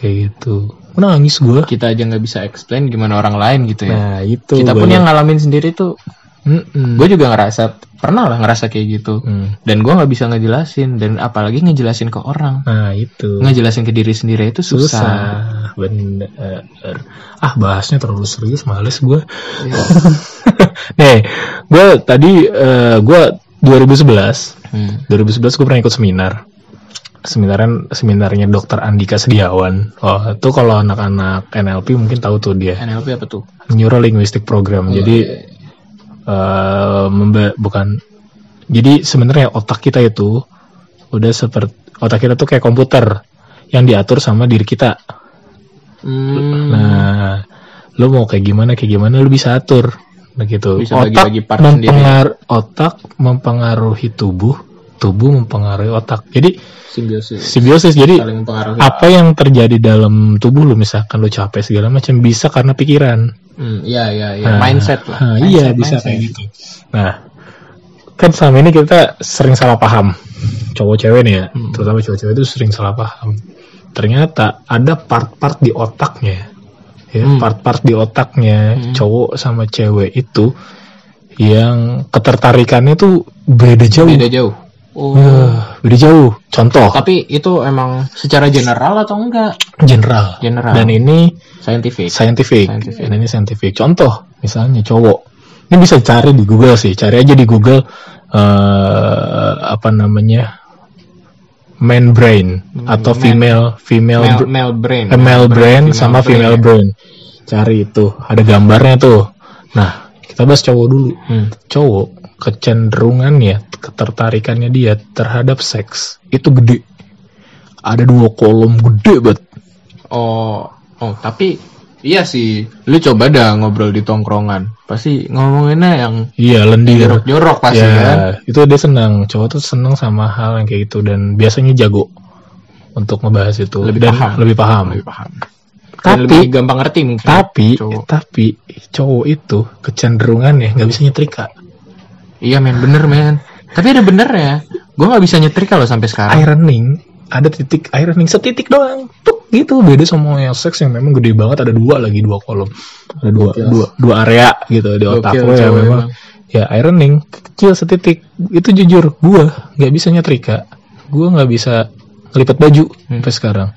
S1: Kayak gitu. Nangis gue.
S2: Kita aja nggak bisa explain gimana orang lain gitu ya.
S1: Nah itu.
S2: kita pun
S1: banyak.
S2: yang ngalamin sendiri tuh
S1: Mm-mm.
S2: Gue juga ngerasa pernah lah ngerasa kayak gitu.
S1: Mm.
S2: Dan gue nggak bisa ngejelasin dan apalagi ngejelasin ke orang.
S1: Nah itu
S2: Ngejelasin ke diri sendiri itu susah.
S1: susah bener. Ah bahasnya terlalu serius, males gue.
S2: Iya.
S1: Nih, gue tadi eh, gue 2011
S2: Hmm.
S1: 2011 gue pernah ikut seminar seminaran seminarnya Dr. Andika Sediawan. Oh, itu kalau anak-anak NLP mungkin tahu tuh dia
S2: NLP apa tuh?
S1: Neuro Linguistic Program.
S2: Oh,
S1: jadi
S2: iya,
S1: eh, membe- bukan jadi sebenarnya otak kita itu udah seperti otak kita tuh kayak komputer yang diatur sama diri kita.
S2: Hmm,
S1: Nah, lo mau kayak gimana kayak gimana lo bisa atur begitu.
S2: Bisa
S1: otak
S2: bagi-bagi part sendiri.
S1: mempengar- otak mempengaruhi tubuh, tubuh mempengaruhi otak. Jadi
S2: simbiosis.
S1: simbiosis. Jadi
S2: Saling mempengaruhi.
S1: apa yang terjadi dalam tubuh lu misalkan lu capek segala macam bisa karena pikiran.
S2: Hmm, iya iya iya.
S1: Nah,
S2: mindset lah.
S1: nah,
S2: Mindset,
S1: iya bisa
S2: mindset.
S1: kayak gitu. Nah, kan selama ini kita sering salah paham. Cowok cewek nih ya,
S2: Hmm.
S1: terutama cowok cewek itu sering salah paham. Ternyata ada part-part di otaknya. Ya,
S2: Hmm.
S1: part-part di otaknya
S2: Hmm.
S1: cowok sama cewek itu yang ketertarikannya tuh beda jauh.
S2: Beda jauh. Oh.
S1: Ah, beda jauh. Contoh
S2: Tapi itu emang secara general atau enggak?
S1: general.
S2: General.
S1: Dan ini
S2: scientific.
S1: scientific.
S2: Scientific.
S1: Dan ini scientific. Contoh, misalnya cowok. Ini bisa cari di Google sih. Cari aja di Google eh apa namanya? man brain atau female female
S2: Male,
S1: br-
S2: male brain.
S1: eh, male brain
S2: Female
S1: sama
S2: brain,
S1: female
S2: ya.
S1: brain. Cari itu, ada gambarnya tuh. Nah, kita bahas cowok dulu.
S2: Hmm.
S1: Cowok kecenderungannya, ketertarikannya dia terhadap seks itu gede. Ada dua kolom gede banget.
S2: Oh, oh tapi iya sih. Lu coba dah ngobrol di tongkrongan. Pasti ngomonginnya yang
S1: Iya, lendir.
S2: jorok-jorok pasti
S1: ya,
S2: kan.
S1: itu dia senang. Cowok tuh senang sama hal yang kayak gitu dan biasanya jago untuk ngebahas itu
S2: Lebih
S1: dan
S2: paham.
S1: lebih paham.
S2: Lebih paham. Dan
S1: Tapi
S2: lebih gampang ngerti mungkin.
S1: tapi
S2: cowok.
S1: tapi cowok itu kecenderungannya nggak bisa nyetrika.
S2: Iya men, bener men. Tapi ada bener ya. Gue nggak bisa nyetrika loh sampai sekarang.
S1: Ironing ada titik ironing setitik doang. Tuk, gitu beda sama yang seks yang memang gede banget ada dua lagi dua kolom ada dua dua, dua area gitu di otak
S2: Gokil,
S1: lo ya
S2: cowok
S1: memang
S2: emang.
S1: ya ironing kecil setitik itu jujur gua nggak bisa nyetrika gua nggak bisa lipat baju
S2: Hmm.
S1: sampai sekarang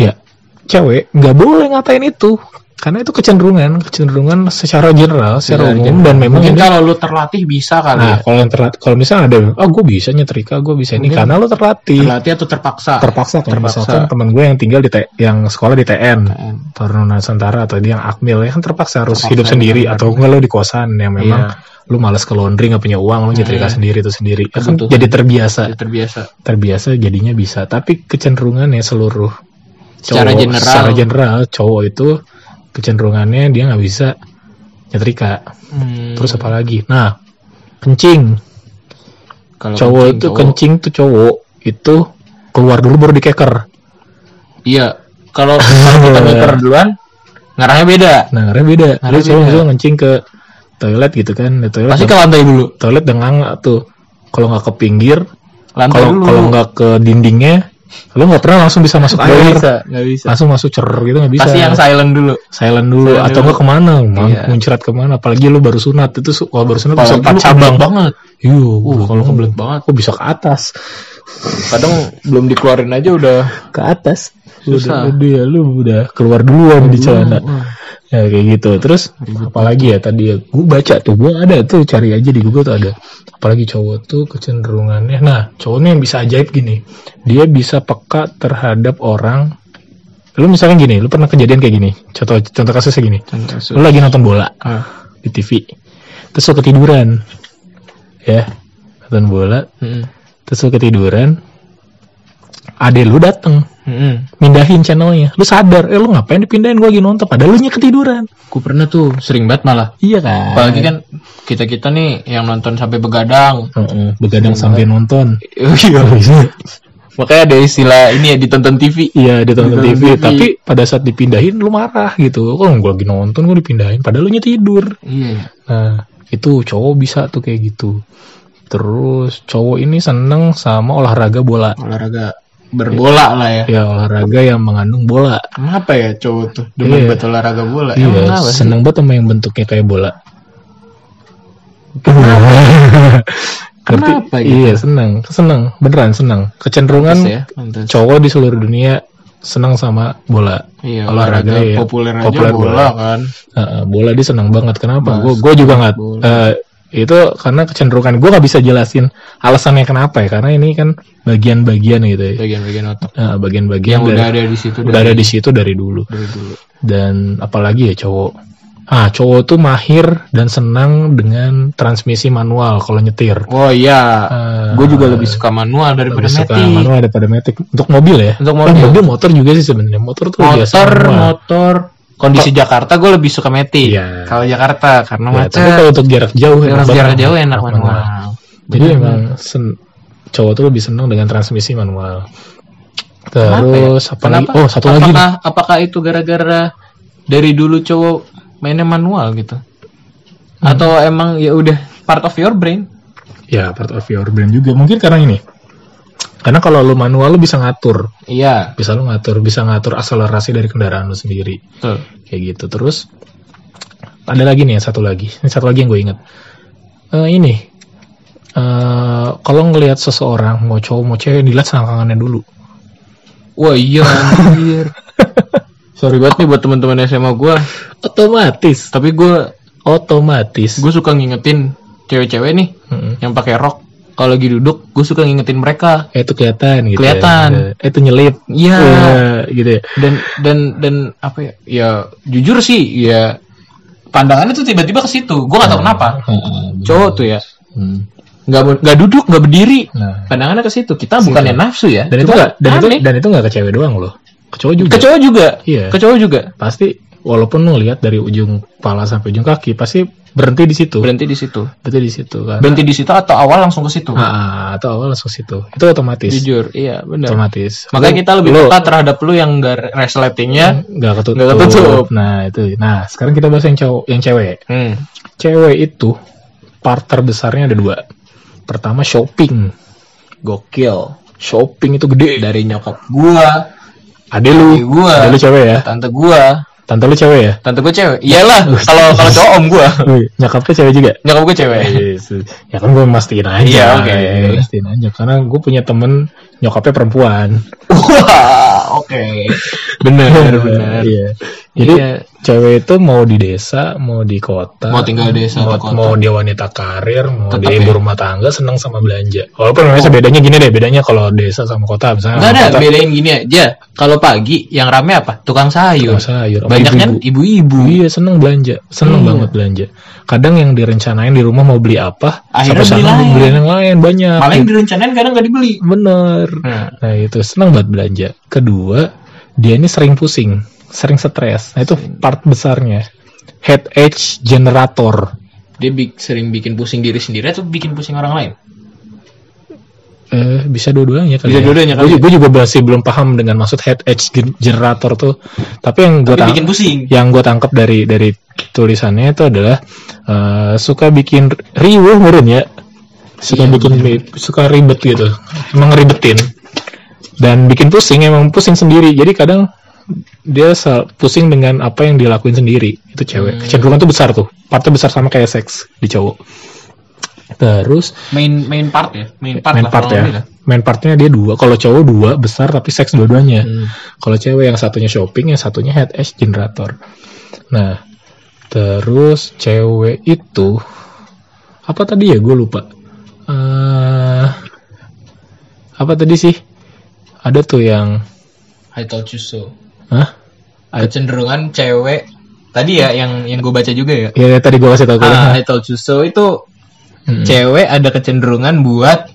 S1: ya cewek nggak boleh ngatain itu karena itu kecenderungan kecenderungan secara general secara
S2: Secara
S1: umum dan memang
S2: Iya, Mungkin
S1: ini-
S2: kalau lu terlatih bisa kali
S1: nah
S2: ya.
S1: kalau yang terlat- kalau misalnya ada oh gue bisa nyetrika gue bisa ini
S2: Mungkin-
S1: karena lo terlatih
S2: Terlatih atau terpaksa.
S1: terpaksa kan
S2: Terpaksa.
S1: misalkan temen gue yang tinggal di T- yang sekolah di TN
S2: TN.
S1: Taruna Nusantara atau dia yang akmil ya kan terpaksa harus
S2: Terpaksa,
S1: hidup sendiri
S2: benar-benar.
S1: atau enggak lo di kosan yang memang
S2: Iya.
S1: lu malas ke laundry nggak punya uang lu nyetrika
S2: Hmm.
S1: sendiri itu sendiri Ya kan
S2: Kebutuhan.
S1: jadi terbiasa
S2: Jadi terbiasa.
S1: terbiasa jadinya bisa tapi kecenderungannya seluruh
S2: Secara general.
S1: secara general cowok itu kecenderungannya dia nggak bisa nyetrika
S2: Hmm,
S1: terus apa lagi nah kencing
S2: kalau
S1: cowok itu kencing tuh cowok itu keluar dulu baru dikeker
S2: Iya. Kalau kalau kita muter duluan, ngarahnya beda.
S1: nah karena beda
S2: Karena
S1: lu cowok
S2: beda.
S1: misalnya kencing ke toilet gitu kan Di toilet
S2: Pasti ke lantai dulu.
S1: toilet dengan tuh kalau nggak ke pinggir
S2: Lantai
S1: kalau
S2: dulu.
S1: kalau nggak ke dindingnya lu nggak pernah langsung bisa masuk
S2: Nggak
S1: air
S2: bisa, nggak bisa.
S1: langsung masuk cer gitu nggak bisa
S2: Pasti yang silent dulu.
S1: silent dulu
S2: Silent
S1: atau
S2: dulu.
S1: nggak kemana mau
S2: Iya.
S1: muncrat kemana apalagi lu baru sunat itu su- kalau baru sunat bisa
S2: Apalagi
S1: empat
S2: lu
S1: cabang
S2: kebelet banget. Hmm.
S1: Iya, kalau kebelet
S2: banget.
S1: banget kok bisa ke atas
S2: Kadang belum dikeluarin aja udah
S1: ke atas
S2: Susah.
S1: lu udah, udah, lu udah keluar duluan di celana
S2: Wah,
S1: ya kayak gitu terus apalagi ya tadi ya gue baca tuh gue ada tuh cari aja di Google tuh ada apalagi cowok tuh kecenderungannya nah cowoknya yang bisa ajaib gini dia bisa peka terhadap orang lu misalkan gini lu pernah kejadian kayak gini contoh contoh kasusnya gini
S2: contoh su-
S1: lu lagi nonton bola
S2: Ah,
S1: di TV terus lu ketiduran ya nonton bola
S2: mm-mm,
S1: terus lu ketiduran ade lu dateng
S2: mm-mm.
S1: mindahin channelnya lu sadar eh lu ngapain dipindahin gue lagi nonton padahal lu nya ketiduran
S2: Ku pernah tuh sering banget malah.
S1: iya kan
S2: Apalagi kan kita kita nih yang nonton sampai begadang.
S1: Heeh, begadang sambil nonton.
S2: Iya. Makanya ada istilah ini ya ditonton TV.
S1: Iya ditonton
S2: Ditonton
S1: TV,
S2: TV.
S1: tapi pada saat dipindahin lu marah gitu. Kok gue lagi nonton gue dipindahin, padahal lu nya tidur.
S2: Iya.
S1: Nah itu cowok bisa tuh kayak gitu. Terus cowok ini seneng sama olahraga bola.
S2: Olahraga berbola lah ya.
S1: Ya olahraga yang mengandung bola.
S2: Kenapa ya cowok tuh demen
S1: Iya.
S2: buat olahraga bola? Emang
S1: Iya
S2: kenapa sih?
S1: seneng banget sama yang bentuknya kayak bola. Ngerti?
S2: Kenapa gitu?
S1: Iya senang, senang, beneran senang. Kecenderungan
S2: Pantes ya, pantes.
S1: cowok di seluruh dunia senang sama bola,
S2: Iya,
S1: olahraga ya.
S2: populer aja
S1: Populer
S2: bola,
S1: bola.
S2: kan.
S1: Uh, bola dia senang banget. Kenapa?
S2: Bahas
S1: Gue gue juga nggak
S2: bola.
S1: uh, itu karena kecenderungan gue nggak bisa jelasin alasannya kenapa ya karena ini kan bagian-bagian gitu ya
S2: Bagian-bagian
S1: Uh,
S2: otak Iya. yang
S1: bagian-bagian
S2: udah
S1: dari-
S2: ada di situ
S1: udah ada di situ dari dulu
S2: dari dulu.
S1: dan apalagi ya cowok ah cowok tuh mahir dan senang dengan transmisi manual kalau nyetir
S2: Oh iya,
S1: Ah.
S2: gue juga lebih suka manual daripada
S1: Lebih suka
S2: metik.
S1: manual daripada metik untuk mobil ya
S2: Untuk
S1: Oh,
S2: mobil.
S1: motor juga sih sebenarnya motor tuh biasa
S2: Motor,
S1: manual.
S2: motor. Kondisi Jakarta gue lebih suka metik.
S1: Iya.
S2: Kalau Jakarta karena
S1: Ya,
S2: macet.
S1: tapi kalau untuk jarak jauh
S2: Jarak
S1: banget.
S2: jarak jauh enak manual.
S1: jadi emang sen- cowok tuh lebih senang dengan transmisi manual
S2: Kenapa ya?
S1: terus apa lagi
S2: Kenapa?
S1: oh satu
S2: apakah,
S1: lagi nih.
S2: Apakah itu gara-gara dari dulu cowok mainnya manual gitu? Atau emang ya udah part of your brain?
S1: ya part of your brain juga mungkin karena ini karena kalau lu manual lu bisa ngatur
S2: Iya,
S1: bisa lu ngatur bisa ngatur akselerasi dari kendaraan lu sendiri
S2: betul.
S1: kayak gitu terus ada lagi nih satu lagi ini satu lagi yang gue inget Eh, ini eh kalau ngelihat seseorang mau cowok mau cewek dilihat selangkangannya dulu
S2: Wah iya anjir. Sorry banget nih buat teman-teman SMA gue.
S1: otomatis
S2: Tapi gue
S1: otomatis
S2: gue suka ngingetin cewek-cewek nih
S1: Mm-mm.
S2: yang pakai rok kalau lagi duduk gue suka ngingetin mereka
S1: Eh, itu kelihatan gitu ya.
S2: Kelihatan.
S1: Eh, itu nyelip
S2: Iya.
S1: Wah, gitu ya.
S2: dan dan dan apa ya ya jujur sih ya pandangannya tuh tiba-tiba ke situ gue gak tahu kenapa
S1: Heeh, bener.
S2: cowok tuh ya
S1: Hmm.
S2: nggak ber- nggak duduk nggak berdiri
S1: Nah.
S2: pandangannya ke situ kita bukannya nafsu ya
S1: dan itu
S2: cuma
S1: nggak dan itu
S2: aneh.
S1: dan itu nggak ke cewek doang loh ke cowok juga
S2: ke cowok juga
S1: Iya.
S2: ke cowok juga
S1: pasti walaupun lu lihat dari ujung kepala sampai ujung kaki pasti berhenti di situ
S2: berhenti di situ
S1: berhenti di situ kan
S2: berhenti di situ atau awal langsung ke situ
S1: Ah, atau awal langsung situ. Itu otomatis.
S2: jujur iya benar
S1: Otomatis.
S2: makanya kita lebih
S1: Lu-
S2: peka terhadap lu yang nggak resletingnya
S1: nggak ketutup.
S2: Nggak ketutup.
S1: Nah itu. Nah sekarang kita bahas yang cowok, yang cewek.
S2: hmm.
S1: Cewek itu part terbesarnya ada dua. Pertama shopping.
S2: gokil
S1: Shopping itu gede.
S2: dari nyokap gua
S1: Ade lu.
S2: Ade gua.
S1: Ade lu cewek ya.
S2: tante gua
S1: Tante lu cewek ya.
S2: tante gua cewek iyalah kalau kalau cowok om gua
S1: Wih, Nyakap lu cewek juga.
S2: nyokap gua cewek
S1: ya kan gue mastiin aja.
S2: Iya, oke.
S1: Gua Mastiin aja karena gue punya temen nyokapnya perempuan.
S2: wah oke bener bener
S1: Iya. Jadi
S2: Iya.
S1: cewek itu mau di desa, mau di kota,
S2: Mau tinggal di desa
S1: mau,
S2: atau kota.
S1: mau dia wanita karir, mau
S2: Tetep
S1: dia
S2: ya?
S1: ibu rumah tangga, senang sama belanja. Walaupun biasanya bedanya gini deh, bedanya kalau desa sama kota misalnya.
S2: Enggak ada
S1: sama kota,
S2: bedain gini aja. Kalau pagi yang rame apa? Tukang sayur.
S1: Tukang sayur. Apa
S2: Banyak kan
S1: ibu-ibu?
S2: ibu-ibu.
S1: Iya seneng belanja,
S2: Iya.
S1: seneng banget belanja. Kadang yang direncanain di rumah mau beli apa,
S2: Akhirnya
S1: sampai
S2: beli
S1: sana
S2: lain.
S1: beliin yang lain banyak.
S2: Malah yang direncanain kadang nggak dibeli.
S1: Bener.
S2: Iya. Nah,
S1: Nah itu senang banget belanja. Kedua, dia ini sering pusing, sering stres. Nah itu part besarnya. Headache generator.
S2: dia bi- sering bikin pusing diri sendiri atau bikin pusing orang lain?
S1: Eh, bisa dua-duanya kali.
S2: Bisa dua-duanya kali
S1: Gue
S2: ya?
S1: juga, masih belum paham dengan maksud headache gen- generator tuh. Tapi yang gue
S2: Dia bikin pusing.
S1: yang gue tangkap dari dari tulisannya itu adalah eh, suka bikin riuh murun ya. Suka
S2: Iya,
S1: bikin ri- suka ribet gitu. Emang ribetin. Dan bikin pusing emang pusing sendiri. Jadi kadang dia se- pusing dengan apa yang dilakuin sendiri itu
S2: Hmm.
S1: cewek kecenderungan tuh besar tuh partnya besar sama kayak seks di cowok terus
S2: Main main part ya, main part gitu?
S1: main
S2: lah
S1: part
S2: kurang
S1: ya
S2: lebih lah.
S1: main partnya dia dua kalau cowok dua besar tapi seks
S2: Hmm.
S1: dua-duanya kalau cewek yang satunya shopping yang satunya head edge generator nah terus cewek itu apa tadi ya gue lupa eh apa tadi sih ada tuh yang
S2: I told you so.
S1: Hah?
S2: Kecenderungan cewek tadi ya yang yang gue baca juga ya.
S1: ya ya, tadi gue kasih tau gue
S2: Ah, I told you so itu
S1: Mm-mm.
S2: cewek ada kecenderungan buat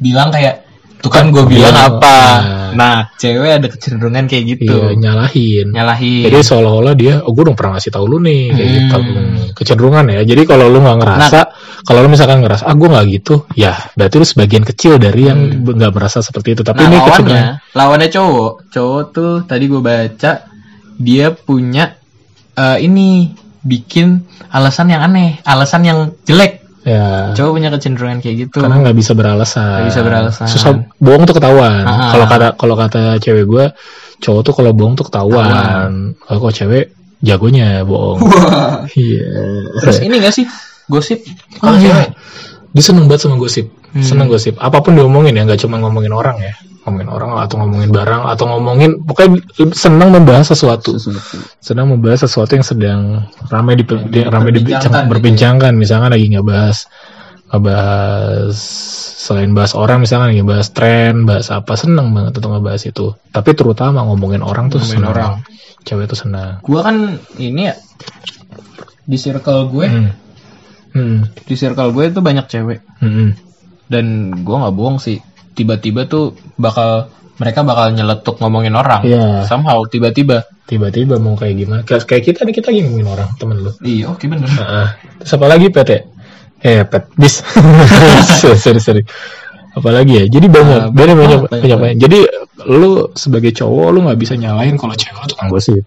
S2: bilang kayak tuh kan gue bilang
S1: Iya.
S2: apa. Nah, cewek ada kecenderungan kayak gitu.
S1: iya, nyalahin
S2: Nyalahin.
S1: Jadi seolah-olah dia, oh gue udah pernah ngasih tahu lu nih, kayak
S2: Hmm. Nah.
S1: gitu. Hmm, Kecenderungan ya. Jadi kalau lu nggak ngerasa, kalau lu misalkan ngerasa, ah gue nggak gitu, ya berarti lu sebagian kecil dari yang be- nggak merasa seperti itu. Tapi
S2: Hmm. nah,
S1: ini
S2: lawannya,
S1: kecenderungan.
S2: lawannya cowok. Cowok tuh tadi gue baca dia punya eh, ini bikin alasan yang aneh, alasan yang jelek.
S1: Ya,
S2: Cowok punya kecenderungan kayak gitu.
S1: karena nggak bisa beralasan.
S2: Nggak bisa beralasan.
S1: Susah bohong tuh ketahuan.
S2: Ah.
S1: Kalau kata kalau kata cewek gue, cowok tuh kalau bohong tuh ketahuan. Kalau kok cewek jagonya bohong. Iya.
S2: Terus ini gak sih gosip
S1: Oh iya. Dia seneng banget sama gosip. Seneng gosip. Apapun diomongin ya, nggak cuma ngomongin orang ya. Ngomongin orang atau ngomongin barang atau ngomongin pokoknya senang membahas sesuatu. Senang membahas sesuatu yang sedang ramai di di- ramai
S3: Diperbincangkan
S1: diperbincangkan,
S3: gitu.
S1: berbincangkan misalkan lagi nggak bahas nggak bahas selain bahas orang misalkan lagi bahas tren bahas apa seneng banget untuk ngebahas itu tapi terutama ngomongin orang tuh
S2: Ngomongin
S1: seneng.
S2: orang.
S1: cewek tuh senang
S2: gue kan ini ya di circle gue
S1: hmm. Hmm.
S2: di circle gue tuh banyak cewek
S1: Hmm.
S2: dan gue nggak bohong sih tiba-tiba tuh bakal mereka bakal nyeletuk ngomongin orang
S1: Iya.
S2: somehow tiba-tiba
S1: tiba-tiba mau kayak gimana kayak kayak kita nih kita lagi ngomongin orang temen lu
S2: iya oke bener
S1: Heeh. terus apa lagi pet ya eh pet bis sorry sorry, sorry. apalagi ya jadi banyak
S2: Ah,
S1: banyak banyak,
S2: banyak,
S1: banyak, banyak. jadi lu sebagai cowok lu nggak bisa nyalain kalau cewek lu tukang gosip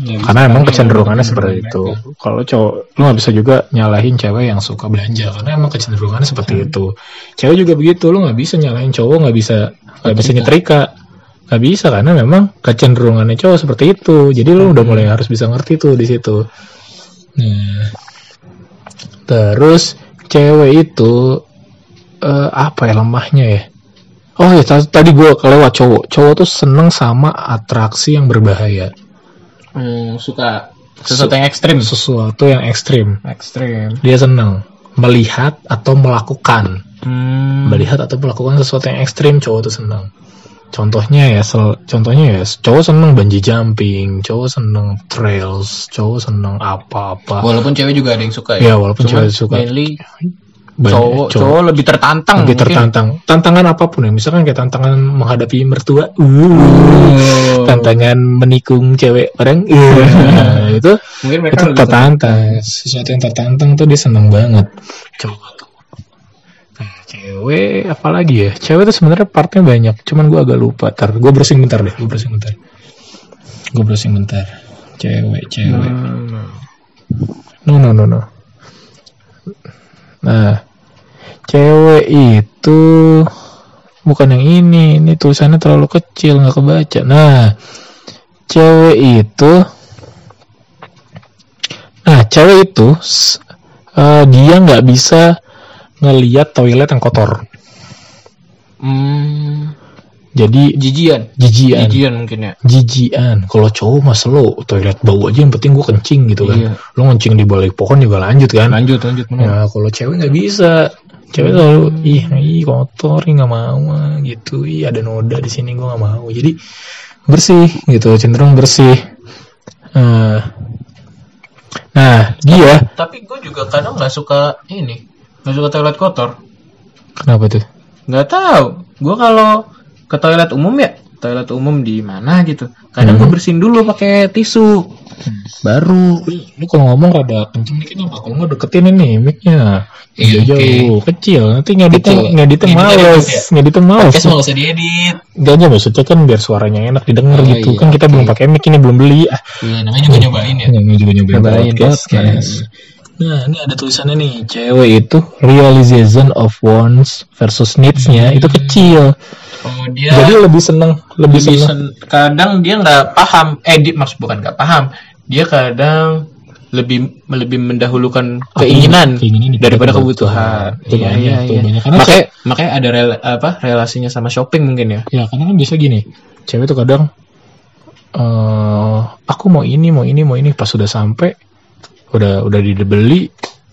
S2: Ya, Iya,
S1: karena emang kecenderungannya seperti itu kalau cowok lu nggak bisa juga nyalahin cewek yang suka belanja karena emang kecenderungannya seperti itu cewek juga begitu lu nggak bisa nyalahin cowok nggak bisa nggak bisa nyetrika nggak bisa karena memang kecenderungannya cowok seperti itu jadi lu udah mulai harus bisa ngerti tuh di situ nah terus cewek itu eh, apa ya lemahnya ya oh ya ta- tadi gue kelewat cowok cowok tuh seneng sama atraksi yang berbahaya
S2: Hmm, suka sesuatu yang ekstrim
S1: sesuatu yang ekstrim.
S2: ekstrim
S1: Dia senang melihat atau melakukan,
S2: hmm.
S1: melihat atau melakukan sesuatu yang ekstrim cowok tuh senang. Contohnya ya, sel- contohnya ya, cowok seneng banji jumping, cowok seneng trails, cowok seneng apa-apa.
S2: walaupun cewek juga ada yang suka
S1: Ya walaupun cewek
S2: Cuman
S1: suka
S2: mainly
S1: Banyak
S2: cowok, cowok lebih tertantang
S1: lebih
S2: mungkin.
S1: tertantang. Tantangan apapun ya, misalkan kayak tantangan menghadapi mertua, uh,
S2: Oh,
S1: tantangan menikung cewek orang, uh, nah, itu
S2: mungkin mereka
S1: itu
S2: lebih ter-
S1: tertantang sesuatu yang tertantang tuh dia seneng banget coba tuh nah, cewek apalagi ya cewek tuh sebenarnya partnya banyak cuman gue agak lupa tar gue browsing bentar deh gue browsing bentar gue browsing bentar cewek cewek no no no no nah cewek itu bukan yang ini ini tulisannya terlalu kecil nggak kebaca nah cewek itu Nah, cewek itu s- eh, dia nggak bisa ngeliat toilet yang kotor.
S2: hmm,
S1: Jadi
S2: jijian
S1: jijian.
S2: jijian mungkin ya
S1: Jijian. Kalau cowok mah slow, toilet bau aja yang penting gue kencing gitu kan.
S2: Iya.
S1: Lo kencing di balik pohon juga lanjut kan.
S2: lanjut lanjut bener.
S1: Nah, kalau cewek nggak bisa. Cewek selalu
S2: Hmm.
S1: ih, ih kotor, ih nggak mau ah," gitu. Ih ada noda di sini gue nggak mau. Jadi bersih gitu, cenderung bersih. Eh, nah, dia
S2: tapi gue juga kadang nggak suka ini nggak suka toilet kotor
S1: kenapa tuh?
S2: nggak tahu gue kalau ke toilet umum ya toilet umum di mana gitu kadang
S1: Hmm.
S2: gue bersihin dulu pakai tisu baru
S1: Lu lu kalau ngomong rada kenceng dikit dong, kalau nggak deketin ini mic-nya.
S2: Iya,
S1: Jauh, jauh kecil, nanti ngeditnya
S2: Kecil.
S1: ngeditnya
S2: Ngeditnya
S1: males,
S2: ribet
S1: ngeditnya males.
S2: podcast mau usah diedit
S1: Gak aja maksudnya kan biar suaranya enak didengar
S2: Oh,
S1: gitu.
S2: iya,
S1: Kan kita belum pakai mic ini belum beli. Ah,
S2: iya namanya juga nyobain ya
S1: ini juga nyobain
S2: Nyobain
S1: podcast.
S2: podcast.
S1: Nah, ini ada tulisannya nih, cewek itu realization of wants versus needs-nya itu kecil.
S2: kemudian
S1: Jadi lebih seneng, Ya. lebih,
S2: Lebih
S1: seneng.
S2: sen- kadang dia nggak paham eh dia maksud bukan nggak paham dia kadang lebih lebih mendahulukan keinginan,
S1: ya? keinginan daripada
S2: daripada
S1: kebutuhan.
S2: kebutuhan. Iya,
S1: Itu banyak, itu banyak. Karena-
S2: Makanya makanya ada rela- apa relasinya sama shopping mungkin ya.
S1: Ya karena kan bisa gini, cewek tuh kadang eh aku mau ini, mau ini, mau ini pas sudah sampai udah udah dibeli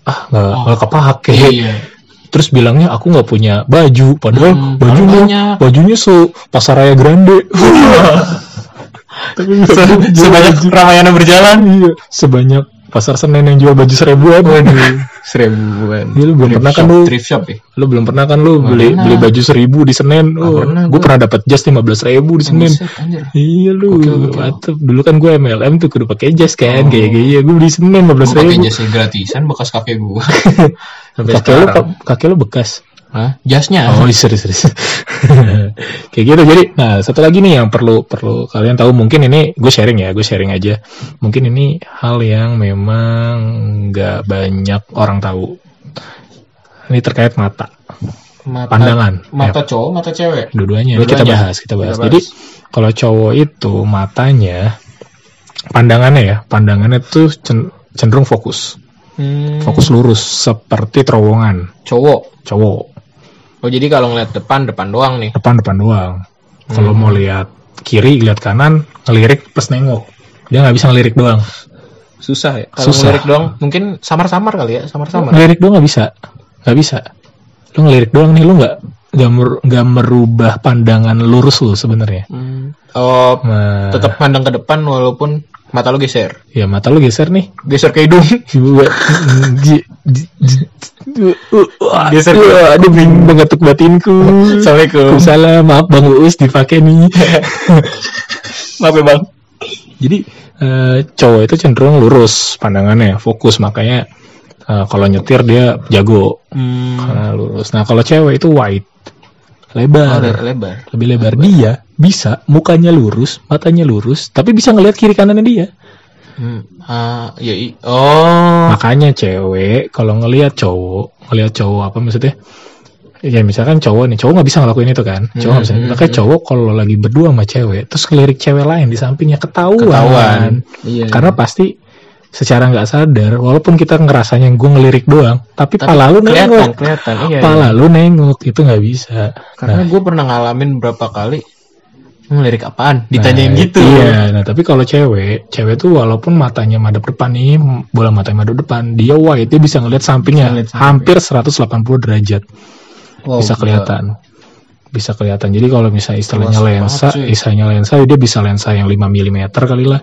S1: ah nggak nggak kepake
S2: Iya.
S1: terus bilangnya aku nggak punya baju padahal
S2: Hmm,
S1: bajunya
S2: banyak. Iya.
S1: bajunya se pasaraya grande Tapi nggak punya baju.
S2: Ramayana berjalan
S1: Iya, sebanyak pasar senen yang jual baju seribuan
S2: seribuan.
S1: Iya, lu belum
S2: Thrift
S1: pernah kan
S2: shop,
S1: lu-
S2: thrift shop ya?
S1: lu belum pernah kan lu beli
S2: pernah.
S1: beli baju seribu di senen oh,
S2: pernah
S1: gue
S2: gua.
S1: pernah dapat jas lima belas ribu di senen
S2: Buset, anjir.
S1: Iya lu,
S2: Gokil, gokil.
S1: mantep. Dulu kan gue MLM tuh kudu pakai jas kan,
S2: Oh.
S1: kayak gaya gue beli semen 15
S2: Gua pakai
S1: ribu.
S2: jasnya gratisan bekas kakek gua. Sampai
S1: Kakek lu,
S2: sekarang.
S1: kakek lu bekas.
S2: Hah? Jasnya.
S1: Oh, serius serius. kayak gitu. Jadi, nah satu lagi nih yang perlu perlu kalian tahu mungkin ini gue sharing ya, gue sharing aja. Mungkin ini hal yang memang nggak banyak orang tahu. Ini terkait mata,
S2: Mata-
S1: pandangan.
S2: Mata cowok, mata cewek.
S1: dua-duanya kita
S2: Dua-duanya.
S1: bahas kita bahas
S2: Kita bahas.
S1: jadi kalau cowok itu matanya pandangannya ya pandangannya tuh cen- cenderung fokus
S2: Hmm,
S1: fokus lurus seperti terowongan
S2: cowok.
S1: cowok
S2: Oh jadi kalau ngeliat depan depan doang nih.
S1: depan depan doang kalau mau lihat kiri lihat kanan ngelirik plus nengok dia nggak bisa ngelirik doang
S2: Susah ya. Kalau
S1: Susah.
S2: ngelirik doang mungkin samar-samar kali ya, samar-samar.
S1: ngelirik doang nggak bisa nggak bisa lu ngelirik doang nih lu nggak nggak mer- nggak merubah pandangan lurus lu sebenarnya
S2: Hmm. Oh,
S1: nah,
S2: tetap pandang ke depan walaupun mata lu geser.
S1: ya mata lu geser nih
S2: Geser ke hidung.
S1: geser aduh bingung mengetuk batinku
S2: Assalamualaikum.
S1: salah maaf bang Uus dipakai nih
S2: Maaf ya, Bang.
S1: Jadi eh, cowok itu cenderung lurus pandangannya, fokus makanya eh, kalau nyetir dia jago
S2: Hmm.
S1: karena lurus. Nah kalau cewek itu wide,
S2: Oh,
S1: lebar,
S2: le- lebar.
S1: lebih lebar. Dia bisa mukanya lurus, matanya lurus, tapi bisa ngelihat kiri kanannya dia.
S2: Hmm. Ah, ya i- oh.
S1: Makanya cewek kalau ngelihat cowok, ngelihat cowok apa maksudnya? Ya misalkan cowok nih, cowok nggak bisa ngelakuin itu kan, cowok nggak bisa.
S2: Hmm, hmm,
S1: Makanya cowok kalau lagi berdua sama cewek, terus ngelirik cewek lain di sampingnya ketahuan.
S2: Ketahuan. Iya.
S1: Karena pasti secara nggak sadar, walaupun kita ngerasanya gue ngelirik doang, tapi,
S2: Tapi
S1: pala lu
S2: kelihatan,
S1: nengok,
S2: kelihatan. Iya. iya.
S1: pala lu nengok itu nggak bisa.
S2: Karena gue pernah ngalamin berapa kali ngelirik apaan, ditanyain
S1: Nah,
S2: gitu.
S1: Iya, nah tapi kalau cewek, cewek tuh walaupun matanya madep depan nih, bola matanya madep depan, dia wide, dia bisa ngelihat sampingnya
S2: Ngeliat
S1: hampir
S2: samping.
S1: 180 derajat.
S2: Wow,
S1: bisa
S2: gila.
S1: kelihatan. Bisa kelihatan. Jadi kalau misalnya istilahnya
S2: Luas
S1: lensa,
S2: banget, cuy.
S1: istilahnya lensa ya dia bisa lensa yang 5 mm kali lah.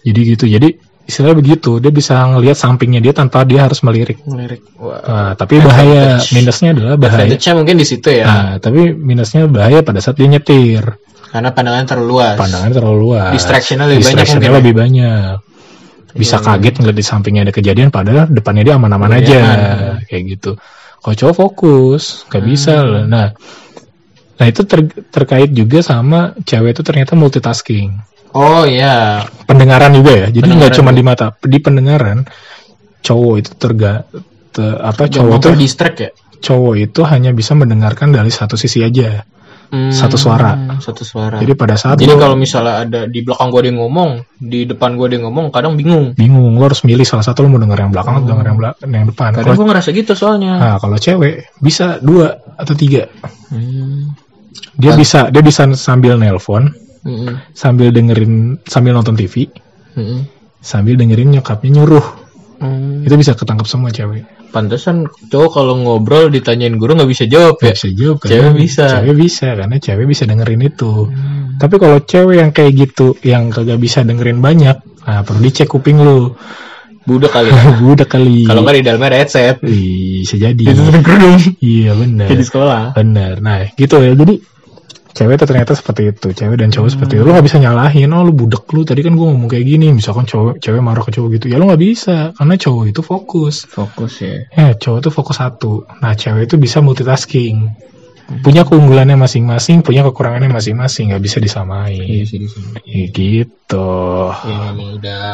S1: Jadi gitu. Jadi istilahnya begitu, dia bisa ngelihat sampingnya dia tanpa dia harus melirik.
S2: Ngelirik. Wah.
S1: Nah, tapi bahaya minusnya adalah bahaya.
S2: Advantage-nya mungkin di situ ya.
S1: Nah, tapi minusnya bahaya pada saat dia nyetir.
S2: Karena pandangannya terlalu luas.
S1: Pandangannya terlalu luas.
S2: Distraction-nya lebih banyak
S1: Distraction-nya
S2: mungkin ya. Hmm.
S1: lebih banyak. Bisa kaget ngeliat di sampingnya ada kejadian padahal depannya dia aman-aman
S2: Iya,
S1: aja.
S2: aman. Hmm.
S1: Kayak gitu. Kalau cowok fokus, gak bisa lah. Nah, nah itu ter- terkait juga sama cewek itu ternyata multitasking.
S2: Oh iya.
S1: Pendengaran juga ya. Jadi nggak
S2: Pendengaran
S1: cuma di mata, di pendengaran cowok itu terga te- apa cowok
S2: Cowok
S1: itu
S2: distract ya.
S1: cowok itu hanya bisa mendengarkan dari satu sisi aja.
S2: Hmm,
S1: Satu suara.
S2: Satu suara.
S1: Jadi
S2: Jadi,
S1: pada saat lu
S2: kalau misalnya ada di belakang gue dia ngomong, di depan gue dia ngomong, kadang bingung.
S1: bingung lo harus milih salah satu lo mau denger yang belakang atau denger yang belakang yang depan
S2: Kadang
S1: kalau
S2: gue ngerasa gitu soalnya.
S1: nah, kalau cewek bisa dua atau tiga
S2: Hmm.
S1: dia bisa dia bisa sambil nelpon
S2: Mm-mm.
S1: sambil dengerin sambil nonton TV
S2: Mm-mm.
S1: sambil dengerin nyokapnya nyuruh
S2: Hmm.
S1: itu bisa ketangkap semua cewek
S2: Pantesan cowok kalau ngobrol ditanyain guru nggak bisa jawab ya.
S1: bisa jawab
S2: Cewek bisa. Hmm.
S1: cewek bisa karena cewek bisa dengerin itu tapi kalau cewek yang kayak gitu yang kagak bisa dengerin banyak nah perlu dicek kuping lu
S2: Budak kali. ya.
S1: udah kali
S2: kalau nggak di dalamnya ada headset.
S1: Ih, bisa jadi ya.
S2: Ditutupin kerudung.
S1: iya benar
S2: Kayak di sekolah.
S1: Bener. Nah, gitu ya. Jadi cewek itu ternyata seperti itu. Cewek dan cowok seperti itu. Lu gak bisa nyalahin. Oh, lu budek lu. Tadi kan gue ngomong kayak gini. Misalkan cowok, cewek marah ke cowok gitu. Ya lu gak bisa. Karena cowok itu fokus.
S2: Fokus ya.
S1: Ya, cowok itu fokus satu. Nah, cewek itu bisa multitasking. Punya keunggulannya masing-masing, punya kekurangannya masing-masing. Gak bisa disamain.
S2: sih di sini.
S1: Ya, gitu.
S2: Ya memang udah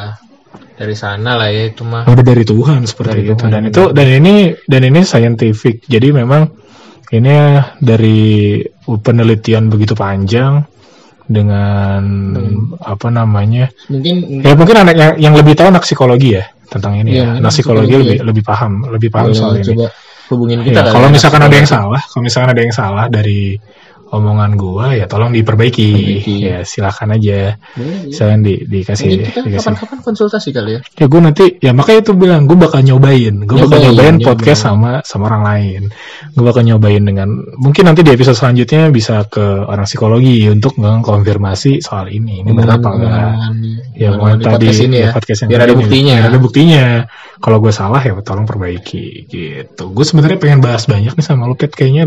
S2: dari sana lah ya itu mah.
S1: Udah dari Tuhan seperti
S2: Dari
S1: itu.
S2: Tuhan, ya.
S1: Dan itu dan ini dan ini scientific. Jadi memang ini ya, dari penelitian begitu panjang dengan apa namanya?
S2: Mungkin
S1: Ya mungkin anak yang, yang lebih tahu anak psikologi ya tentang ini
S2: Iya,
S1: ya.
S2: anak
S1: Anak psikologi
S2: psikologi
S1: lebih lebih paham, lebih paham
S2: Boleh
S1: soal ini.
S2: coba hubungin kita
S1: Ya,
S2: kali
S1: kalau
S2: ya.
S1: misalkan ada yang salah, kalau misalkan ada yang salah dari omongan gua ya tolong diperbaiki.
S2: Perbaiki.
S1: Ya, silakan aja.
S2: Boleh, ya.
S1: Silakan di, dikasih
S2: Mungkin kita
S1: dikasih.
S2: kapan-kapan konsultasi kali ya.
S1: Ya gue nanti ya makanya itu bilang gue bakal nyobain, gue bakal
S2: Nyobain,
S1: nyobain podcast sama sama orang lain. Gue bakal nyobain dengan mungkin nanti di episode selanjutnya bisa ke orang psikologi untuk mengkonfirmasi soal ini. Ini benar apa enggak? Ya
S2: Omongan
S1: omongan
S2: Hmm.
S1: tadi
S2: di podcast ini ya.
S1: di podcast yang
S2: Biar
S1: tadi
S2: ada
S1: ini.
S2: buktinya.
S1: Biar ada buktinya. Kalau gue salah ya tolong perbaiki gitu. Gue sebenarnya pengen bahas banyak nih sama lo Pit kayaknya.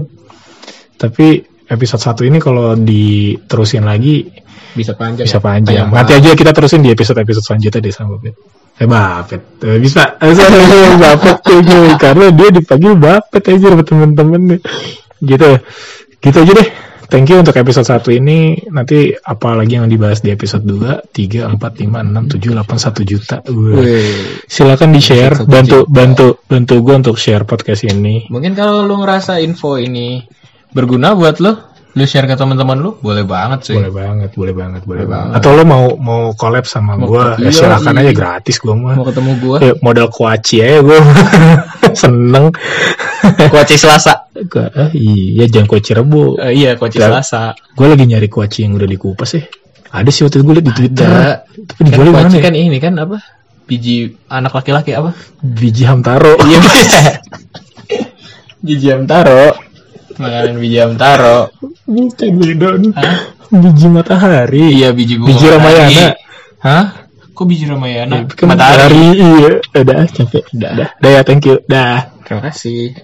S1: Tapi episode satu ini kalau diterusin lagi
S2: Bisa panjang.
S1: bisa panjang.
S2: Panjang
S1: Nanti
S2: banget.
S1: aja kita terusin di episode-episode selanjutnya deh sama Bapet. Eh Bapet, Eh, bisa. Eh, sorry, Bapet tuh, cuy. karena dia dipanggil Bapet aja sama temen-temen Gitu. Gitu aja deh. Thank you untuk episode 1 ini. Nanti apa lagi yang dibahas di episode 2, 3, 4, 5, 6, 7, 8, 1 juta. Wah.
S2: Wih.
S1: Silakan di-share,
S2: Satu
S1: bantu
S2: juta.
S1: bantu bantu gue untuk share podcast ini.
S2: Mungkin kalau lu ngerasa info ini berguna buat lo, lu share ke teman-teman lu boleh banget sih
S1: boleh banget boleh banget boleh banget atau lo mau mau collab sama gua ya,
S2: iya,
S1: silahkan
S2: iya.
S1: aja gratis gua mah
S2: mau ketemu gua
S1: ya, modal kuaci aja gua seneng Iya.
S2: kuaci selasa
S1: Gua- ah, iya jangan kuaci rebo
S2: Eh, iya kuaci
S1: Lah.
S2: selasa
S1: gua lagi nyari kuaci yang udah dikupas ya ada sih waktu itu gue liat di twitter
S2: Ada.
S1: tapi dijual di
S2: kan
S1: mana
S2: kuaci
S1: Iya. ya?
S2: kan ini kan apa biji anak laki-laki apa
S1: biji hamtaro
S2: Iya. biji amtaro makanan biji amtaro
S1: bukan bidon
S2: Hah?
S1: biji matahari
S2: iya biji bunga
S1: Biji Ramayana.
S2: hah kok biji ramayana
S1: Kan iya udah capek
S2: Dah.
S1: dah dah ya thank you dah
S2: terima kasih